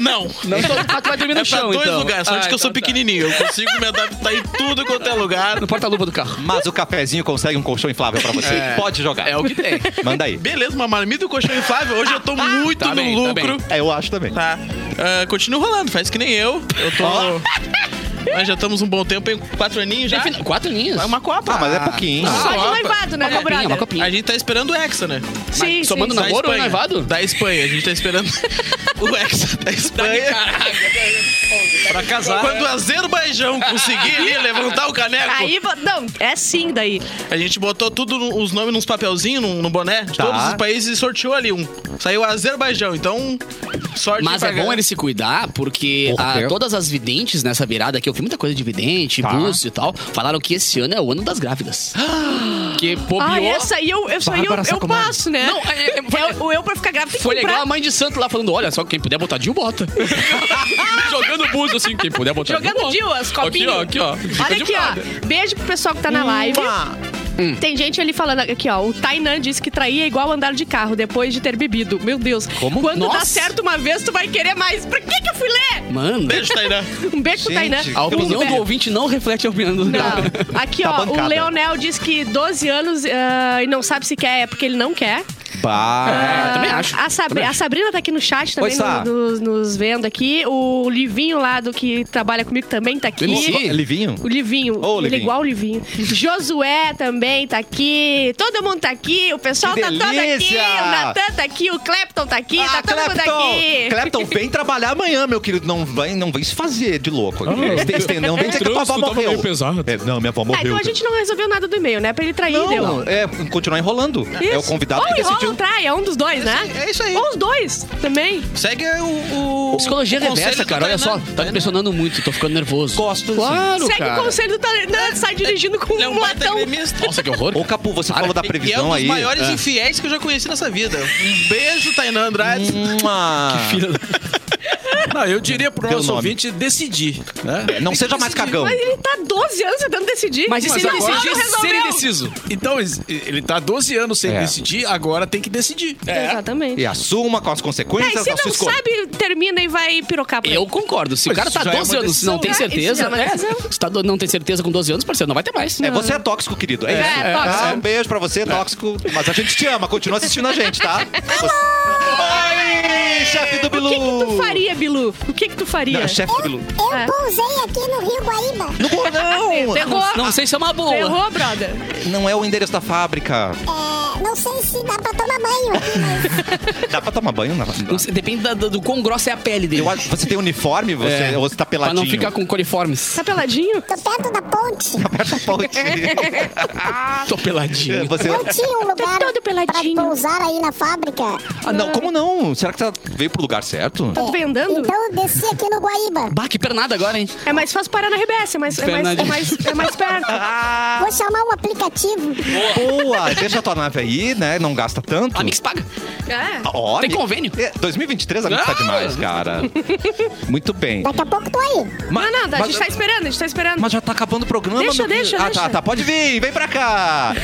Não.
Não, tô, ah, tu vai dormir no
É pra
chão,
dois
então.
lugares, só
Ah,
de que eu sou
então tá.
pequenininho. Eu consigo me adaptar em tudo quanto é lugar.
No porta-luva do carro.
Mas o cafezinho consegue um colchão inflável pra você. Pode jogar.
É o que tem.
Manda aí.
Beleza, uma marmita e um colchão inflável. Hoje eu tô muito
Tá
no
bem, tá
lucro.
bem.
É, eu acho também.
Tá. Ah, continua rolando, faz que nem eu. Eu tô. Nós já estamos um bom tempo, hein? quatro aninhos já.
Defina- Quatro linhas.
É uma Copa.
Ah, mas é pouquinho.
Só de
Copa.
noivado, né, meu
copinha, uma
brother?
copinha.
A gente tá esperando o Hexa, né?
Sim,
somando
sim,
na- Namoro ou
Espanha.
noivado?
Da Espanha, a gente tá esperando o Hexa da Espanha.
Pra casar.
Quando o Azerbaijão conseguir ali levantar o caneco,
Aí, vo- não, é sim daí.
a gente botou tudo no- os nomes nos papelzinhos, num, num boné, de
Tá.
todos os países e sorteou ali um. Saiu o Azerbaijão, então sorte
Mas
pra
é bom
galera.
ele se cuidar, porque
Porra,
ah,
Deus.
todas as videntes nessa virada aqui, eu vi muita coisa de vidente,
Tá.
búzio e tal, falaram que esse ano é o ano das grávidas. que bobeou...
Ah, essa aí eu, essa aí eu,
Bárbara
eu
Sacomori.
passo, né?
Não, é- é- foi-
É o- o eu pra ficar grávida tem que
Foi
comprar.
legal a mãe de santo lá falando, olha, só quem puder botar Dil, bota. Jogando búzio assim, quem puder botar
Jogando
bota.
Dil, as copinhas.
Aqui, ó, aqui, ó. Dica
Olha
de Hum.
aqui,
moda.
ó. Beijo pro pessoal que tá na live. Tem gente ali falando aqui, ó. O Tainan disse que trair é igual andar de carro depois de ter bebido. Meu Deus.
Como?
Quando dá
Nossa.
certo uma vez, tu vai querer mais. Pra que que eu fui ler?
Mano,
Beijo, Tainá.
Né?
Um beijo pro Tainan.
a opinião
Um
do
beijo.
ouvinte não reflete a opinião do
Não. Aqui,
Tá
ó,
bancada.
o Leonel diz que 12 anos ah, e não sabe se quer, é porque ele não quer.
Bah.
eu Ah, também acho.
Ah, A, Sabri- a Sabrina tá aqui no chat também,
Oi, Sá.
no- nos, nos vendo aqui. O Livinho lá do que trabalha comigo também tá aqui.
Livinho?
É Livinho?
O Livinho. Ele
Ô,
é
Livinho.
igual o Livinho. Josué também tá aqui. Todo mundo tá aqui. O pessoal
Que
tá todo aqui.
delícia!
O Natan tá aqui. O Clepton tá aqui.
Ah,
tá todo mundo aqui.
Clapton, vem trabalhar amanhã, meu querido. Não vem, não vem se fazer de louco. Este- este- não vem dizer que a tua avó
trânsito tava
morreu.
meio pesado.
É, não, minha avó
Tá,
morreu.
então a gente não resolveu nada do e-mail, né? Pra ele trair, deu.
não, é continuar enrolando. É o
Isso.
convidado
ou
que
enrola ou
decidiu.
trai, é um dos dois, né?
é isso aí.
Ou os dois também.
Segue o. o
Psicologia
o conselho
reversa,
do
cara. Olha só,
Tainá.
tá me pressionando muito, tô ficando nervoso.
Gosto,
Claro,
Segue
cara.
o conselho do Talenã, sai dirigindo com
Ele é
um
um baita
latão.
gremista.
Nossa, que horror.
Ô, Capu, você falou da
E é um
previsão
dos
aí.
maiores infiéis que eu já conheci nessa vida. Um beijo, Tainá
Hum.
Andrade.
Uma...
Não, eu diria pro
Teu
nosso
nome. É,
ouvinte decidir, né?
Não seja mais cagão.
Mas ele tá 12 anos tentando decidir.
Mas e se ele
não
decidir
resolveu?
ser indeciso?
Então, es- ele tá 12 anos sem
É.
decidir, agora tem que decidir.
É. Exatamente.
E assuma com as
Tá, e
consequências
se
da sua
não
escolha.
sabe, termina e vai pirocar pra
Eu concordo. Se o cara
isso
tá
já é
12
uma
anos e não tem
decisão, né?
certeza,
Isso já é uma
é,
decisão.
se tá do- não tem certeza com 12 anos, parceiro, não vai ter mais.
É, você é tóxico, querido. É,
É,
isso.
é tóxico.
Ah, um beijo pra você, tóxico. Mas a gente te ama, continua assistindo a gente, tá? Oi, chefe do Bilu!
O que, que tu faria, Bilu? O que, que tu faria?
Não, chefe do Bilu.
Eu
É.
pousei aqui no Rio Guaíba.
Pegou?
Não sei se é uma boa.
Errou, brother.
Não é o endereço da fábrica.
É, não sei se dá pra tomar banho aqui, mas
Dá pra tomar banho? Não.
Não sei, depende da- da- do quão grossa é a pele dele.
Eu acho- você tem uniforme você,
É.
ou você tá
Pra
peladinho?
não ficar com coliformes.
Tá peladinho?
tô Tá perto da ponte.
Aperta a ponte.
Tô peladinho.
Você...
Não tinha um lugar
todo peladinho. Hum.
pra pousar aí na fábrica.
Ah, não, como não? Será que você veio pro lugar certo?
Tá vendando?
Então eu desci aqui no Guaíba.
Bah, que pernada agora, hein?
É mais fácil parar na RBS, é mais, é mais, é mais, é mais perto.
Vou chamar um aplicativo.
Boa, deixa a tua nave aí, né? Não gasta tanto.
A Mix paga.
É.
Ó,
Tem
mi-
convênio.
É, 2023 a Mix tá demais, cara. Muito bem.
Daqui a pouco tô aí.
Mas não, a gente
mas-
tá esperando, a gente tá esperando.
Mas já tá acabando o programa.
Deixa,
meu querido.
deixa,
Ah,
deixa.
tá, tá. Pode vir, vem pra cá.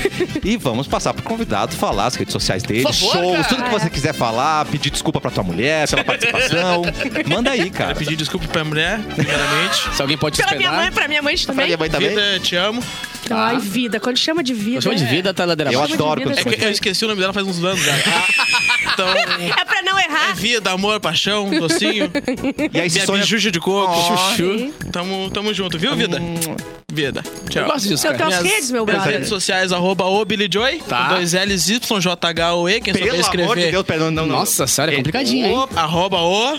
e vamos passar pro convidado falar as redes sociais dele,
Por favor,
shows,
cara.
tudo que você quiser falar, pedir desculpa pra tua mulher pela participação. Manda aí,
Eu
cara.
pedi desculpa pra mulher, primeiramente.
Se alguém pode te
Pela minha mãe,
esperar.
pra minha mãe também.
mãe
Vida, te amo.
Ai, vida. Quando chama de vida.
Eu chamo de
é.
vida, tá ladeira
Eu
abaixo.
adoro
Chama
quando
de
É
chama
que eu esqueci o nome dela faz uns anos já. Então,
É pra não
é
errar.
vida, amor, paixão, docinho.
E aí, se
Minha
sonha...
bijuja de coco.
Chuchu.
Tamo, tamo junto, viu, vida? Vida. Tchau.
Eu gosto disso,
Eu tenho
cara.
as
Minhas-
redes, meu
minhas
brother.
redes sociais, arroba o Billy Joy,
Tá.
com dois L's, Y, J, H, O, E, quem souber
Pelo amor de
escrever.
Deus, perdão, não, não.
Nossa senhora, é complicadinho, hein?
Arroba o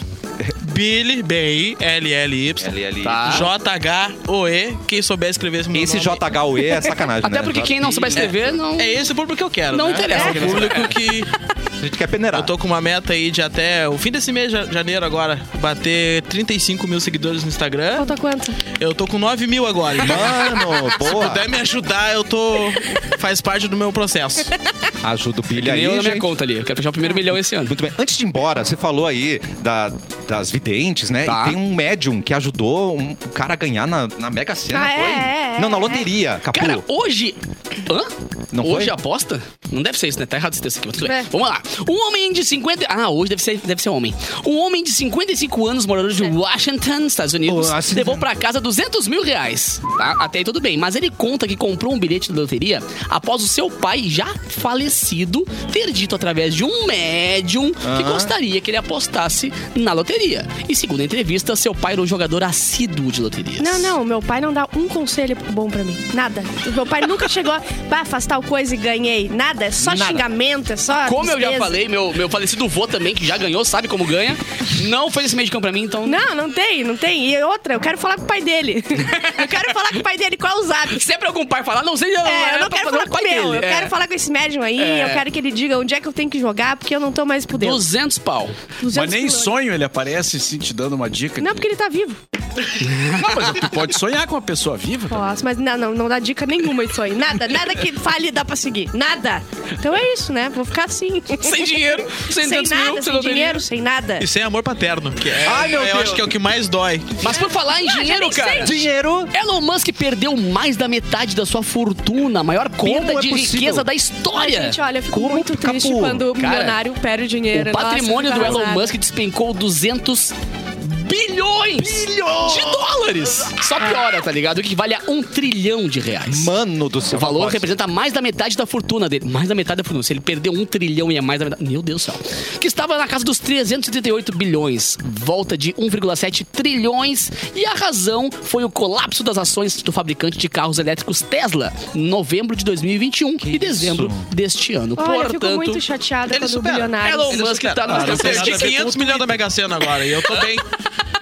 Billy, B-I-L-L-Y,
ali.
J, H, O, E, quem souber escrever esse meu
tá. Esse
nome.
JHUE é sacanagem,
Até
né?
porque quem não souber escrever, não...
É esse o público que eu quero,
Não
né?
interessa.
É o público que...
A gente quer peneirar.
Eu tô com uma meta aí de até o fim desse mês, ja- janeiro agora, bater 35 mil seguidores no Instagram.
Falta quanto?
Eu tô com 9 mil agora. Então,
Mano, boa.
puder me ajudar, eu tô... Faz parte do meu processo.
Ajuda o Billy
É Que nem
aí,
eu na minha
gente.
conta ali. Eu quero fechar o primeiro milhão esse ano.
Muito bem. Antes de ir embora, você falou aí da- das videntes, né?
Tá.
E tem um médium que ajudou um cara a ganhar na, na Mega Sena,
Ah, é,
foi?
é, é,
Não, na
é.
loteria, Capu.
Cara, hoje. Hã?
Não
hoje
foi?
aposta? Não deve ser isso, né? Tá errado esse texto aqui, mas tudo bem.
É.
Vamos lá. Um homem de 50. Ah, hoje deve ser, deve ser homem. Um homem de 55 anos, morador
É.
de Washington, Estados Unidos,
Washington.
levou pra casa 200 mil reais. Tá? Até aí tudo bem. Mas ele conta que comprou um bilhete da loteria após o seu pai, já falecido, ter dito através de um médium que
Aham.
gostaria que ele apostasse na loteria. E segundo a entrevista, seu pai era um jogador assíduo de loterias.
Não, não, meu pai não dá um conselho bom pra mim. Nada. O meu pai nunca chegou, bah, faz tal coisa e ganhei. Nada, é só xingamento, é só.
Como eu já
tristeza.
falei, meu, meu falecido vô também, que já ganhou, sabe como ganha, não fez esse meio de campo pra mim, então.
Não, não tem, não tem. E outra, eu quero falar com o pai dele. eu quero falar com o pai dele, qual é o zap?
Sempre algum pai falar, não sei, não,
É, eu não
pra
quero
falar
falar
do
com o
pai
meu, eu
dele.
quero
É.
falar com esse médium aí, eu quero que ele diga onde é que eu tenho que jogar, porque eu não tô mais podendo.
200 pau.
200
Mas nem
quilômetros.
sonho ele aparece se te dando uma dica.
Não,
que-
porque ele tá vivo.
Não, mas tu pode sonhar com uma pessoa viva. cara.
Posso, mas não, não, não dá dica nenhuma isso aí. Nada, nada que fale dá pra seguir. Nada. Então é isso, né? Vou ficar assim.
Sem dinheiro, sem,
Sem,
200
nada,
mil, você
sem
não tem
dinheiro, sem nada.
E sem amor paterno, que é,
Ai, meu
eu
Deus.
acho que é o que mais dói.
Mas por falar em dinheiro, cara.
Dinheiro.
Elon Musk perdeu mais da metade da sua fortuna, a maior perda
é
de
possível?
riqueza da
Ai,
história.
gente, olha, eu fico
Como,
muito triste
Capu?
quando o
Cara,
milionário perde dinheiro.
O patrimônio
Nossa, eu
do
fico
Elon
arrasada.
Musk despencou 200 bilhões, de dólares. Só piora, tá ligado? O que vale a um trilhão de reais.
Mano do céu.
O valor
não posso.
representa mais da metade da fortuna dele. Mais da metade da fortuna. Se ele perdeu um trilhão e é mais da metade. Meu Deus do céu. Que estava na casa dos 338 bilhões. Volta de 1,7 trilhões. E a razão foi o colapso das ações do fabricante de carros elétricos Tesla. Em novembro de 2021 e dezembro deste ano.
Olha, eu fico
Portanto.
muito chateada
ele
quando
supera.
o milionário...
Elon
Ele
Musk
supera.
tá
Ah,
nas
eu
terceiras
perdi
dicas.
500 milhões da Mega Sena agora e eu tô bem.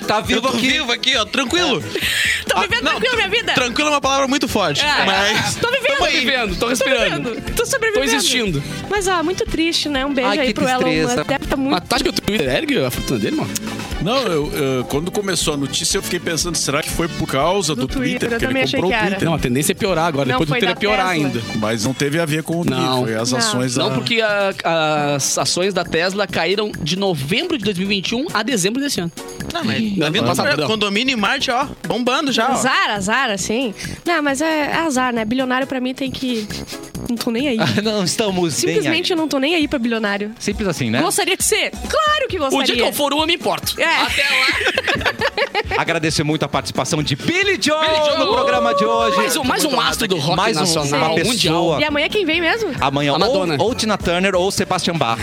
Tá
eu
vivo
tô
aqui.
vivo aqui, ó, tranquilo.
Tô
Ah,
vivendo
Não,
tranquilo minha vida?
Tranquilo é uma palavra muito forte,
É.
mas...
Tô vivendo.
Tamo aí.
vivendo, tô respirando.
vivendo. Tô sobrevivendo.
Tô existindo.
Mas, ó, muito triste, né? Um beijo
Ai,
aí
que
pro Elon
tristeza.
Musk. Deve tá muito...
Mas tá que o Twitter ergue a fortuna dele, mano?
Não, eu, eu- quando começou a notícia, eu fiquei pensando, será que foi por causa
Do
do,
Twitter, eu
Twitter? Porque
também
ele
achei
comprou
que
o
era.
Twitter.
Não, a tendência é piorar agora.
Não,
Depois do
foi
Twitter é
da
piorar
Tesla.
ainda.
Mas não teve a ver com o
Não.
Twitter, foi as
Não.
ações
Não,
da...
porque a- as ações da Tesla caíram de novembro de 2021 a dezembro desse ano.
Não, mas tá vendo?
Passa
Olha,
rapidão.
Condomínio em Marte, ó, bombando já, ó.
Azar, azar, assim. Não, mas é, é azar, né? Bilionário pra mim tem que... Não tô nem aí.
Não estamos bem
Simplesmente eu não tô nem aí pra bilionário.
aí. Simples assim, né?
Gostaria de ser? Claro que gostaria.
O dia que eu for uma, eu me importo.
É.
Agradecer muito a participação de Billy Joel, no programa de hoje.
Mais um, mais um astro do rock
Mais um-
nacional,
uma
mundial.
pessoa.
E amanhã quem vem mesmo?
Amanhã
A Madonna.
ou, ou Tina Turner ou Sebastian Bach.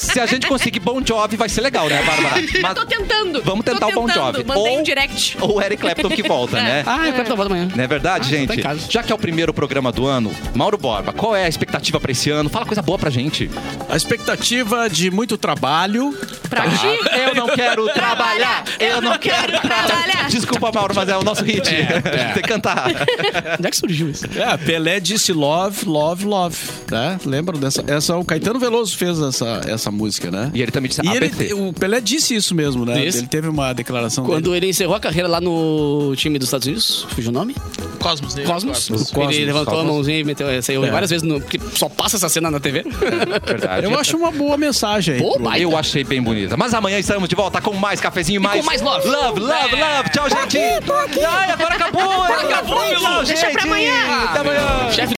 Se a gente conseguir Bon Jovi, vai ser legal, né, Bárbara?
Eu tô
Mas-
tentando.
Vamos tentar
tô
o Bon
tentando.
Jovi.
Mandei
Ou-
um direct.
ou Eric Clapton que volta, né?
Ah, eu quero trabalhar amanhã.
Não é verdade,
tá
gente?
em casa.
Já que é o primeiro programa do ano, Mauro Borba, qual é a expectativa pra esse ano? Fala coisa boa pra gente.
A expectativa de muito trabalho.
Pra
tá.
ti.
Ah, Eu não quero trabalhar! Eu não quero
trabalhar.
Desculpa, Mauro, mas é o nosso hit. Tem que cantar.
Onde é que surgiu isso?
É, Pelé disse love, love, love. Né? Lembram dessa? Essa, o Caetano Veloso fez essa, essa música, né?
E ele também disse
E
APT.
ele, o Pelé disse isso mesmo, né?
Disse.
Ele teve uma declaração
Quando
dele.
ele encerrou a carreira lá no time dos Estados Unidos, fugiu o nome?
Cosmos, né?
Cosmos.
O Cosmos,
Ele levantou
Cosmos.
a mãozinha e meteu essa. Eu vi várias vezes, no, porque só passa essa cena na TV.
É Verdade.
Eu acho uma boa mensagem aí.
Pô,
pro-
baita.
Eu achei bem bonita. Mas amanhã estamos de volta com mais cafezinho e mais.
com mais love.
Love, love, love. Tchau, gente. Ai, agora acabou. Acabou, meu Deixa pra amanhã. Até amanhã.
Chefe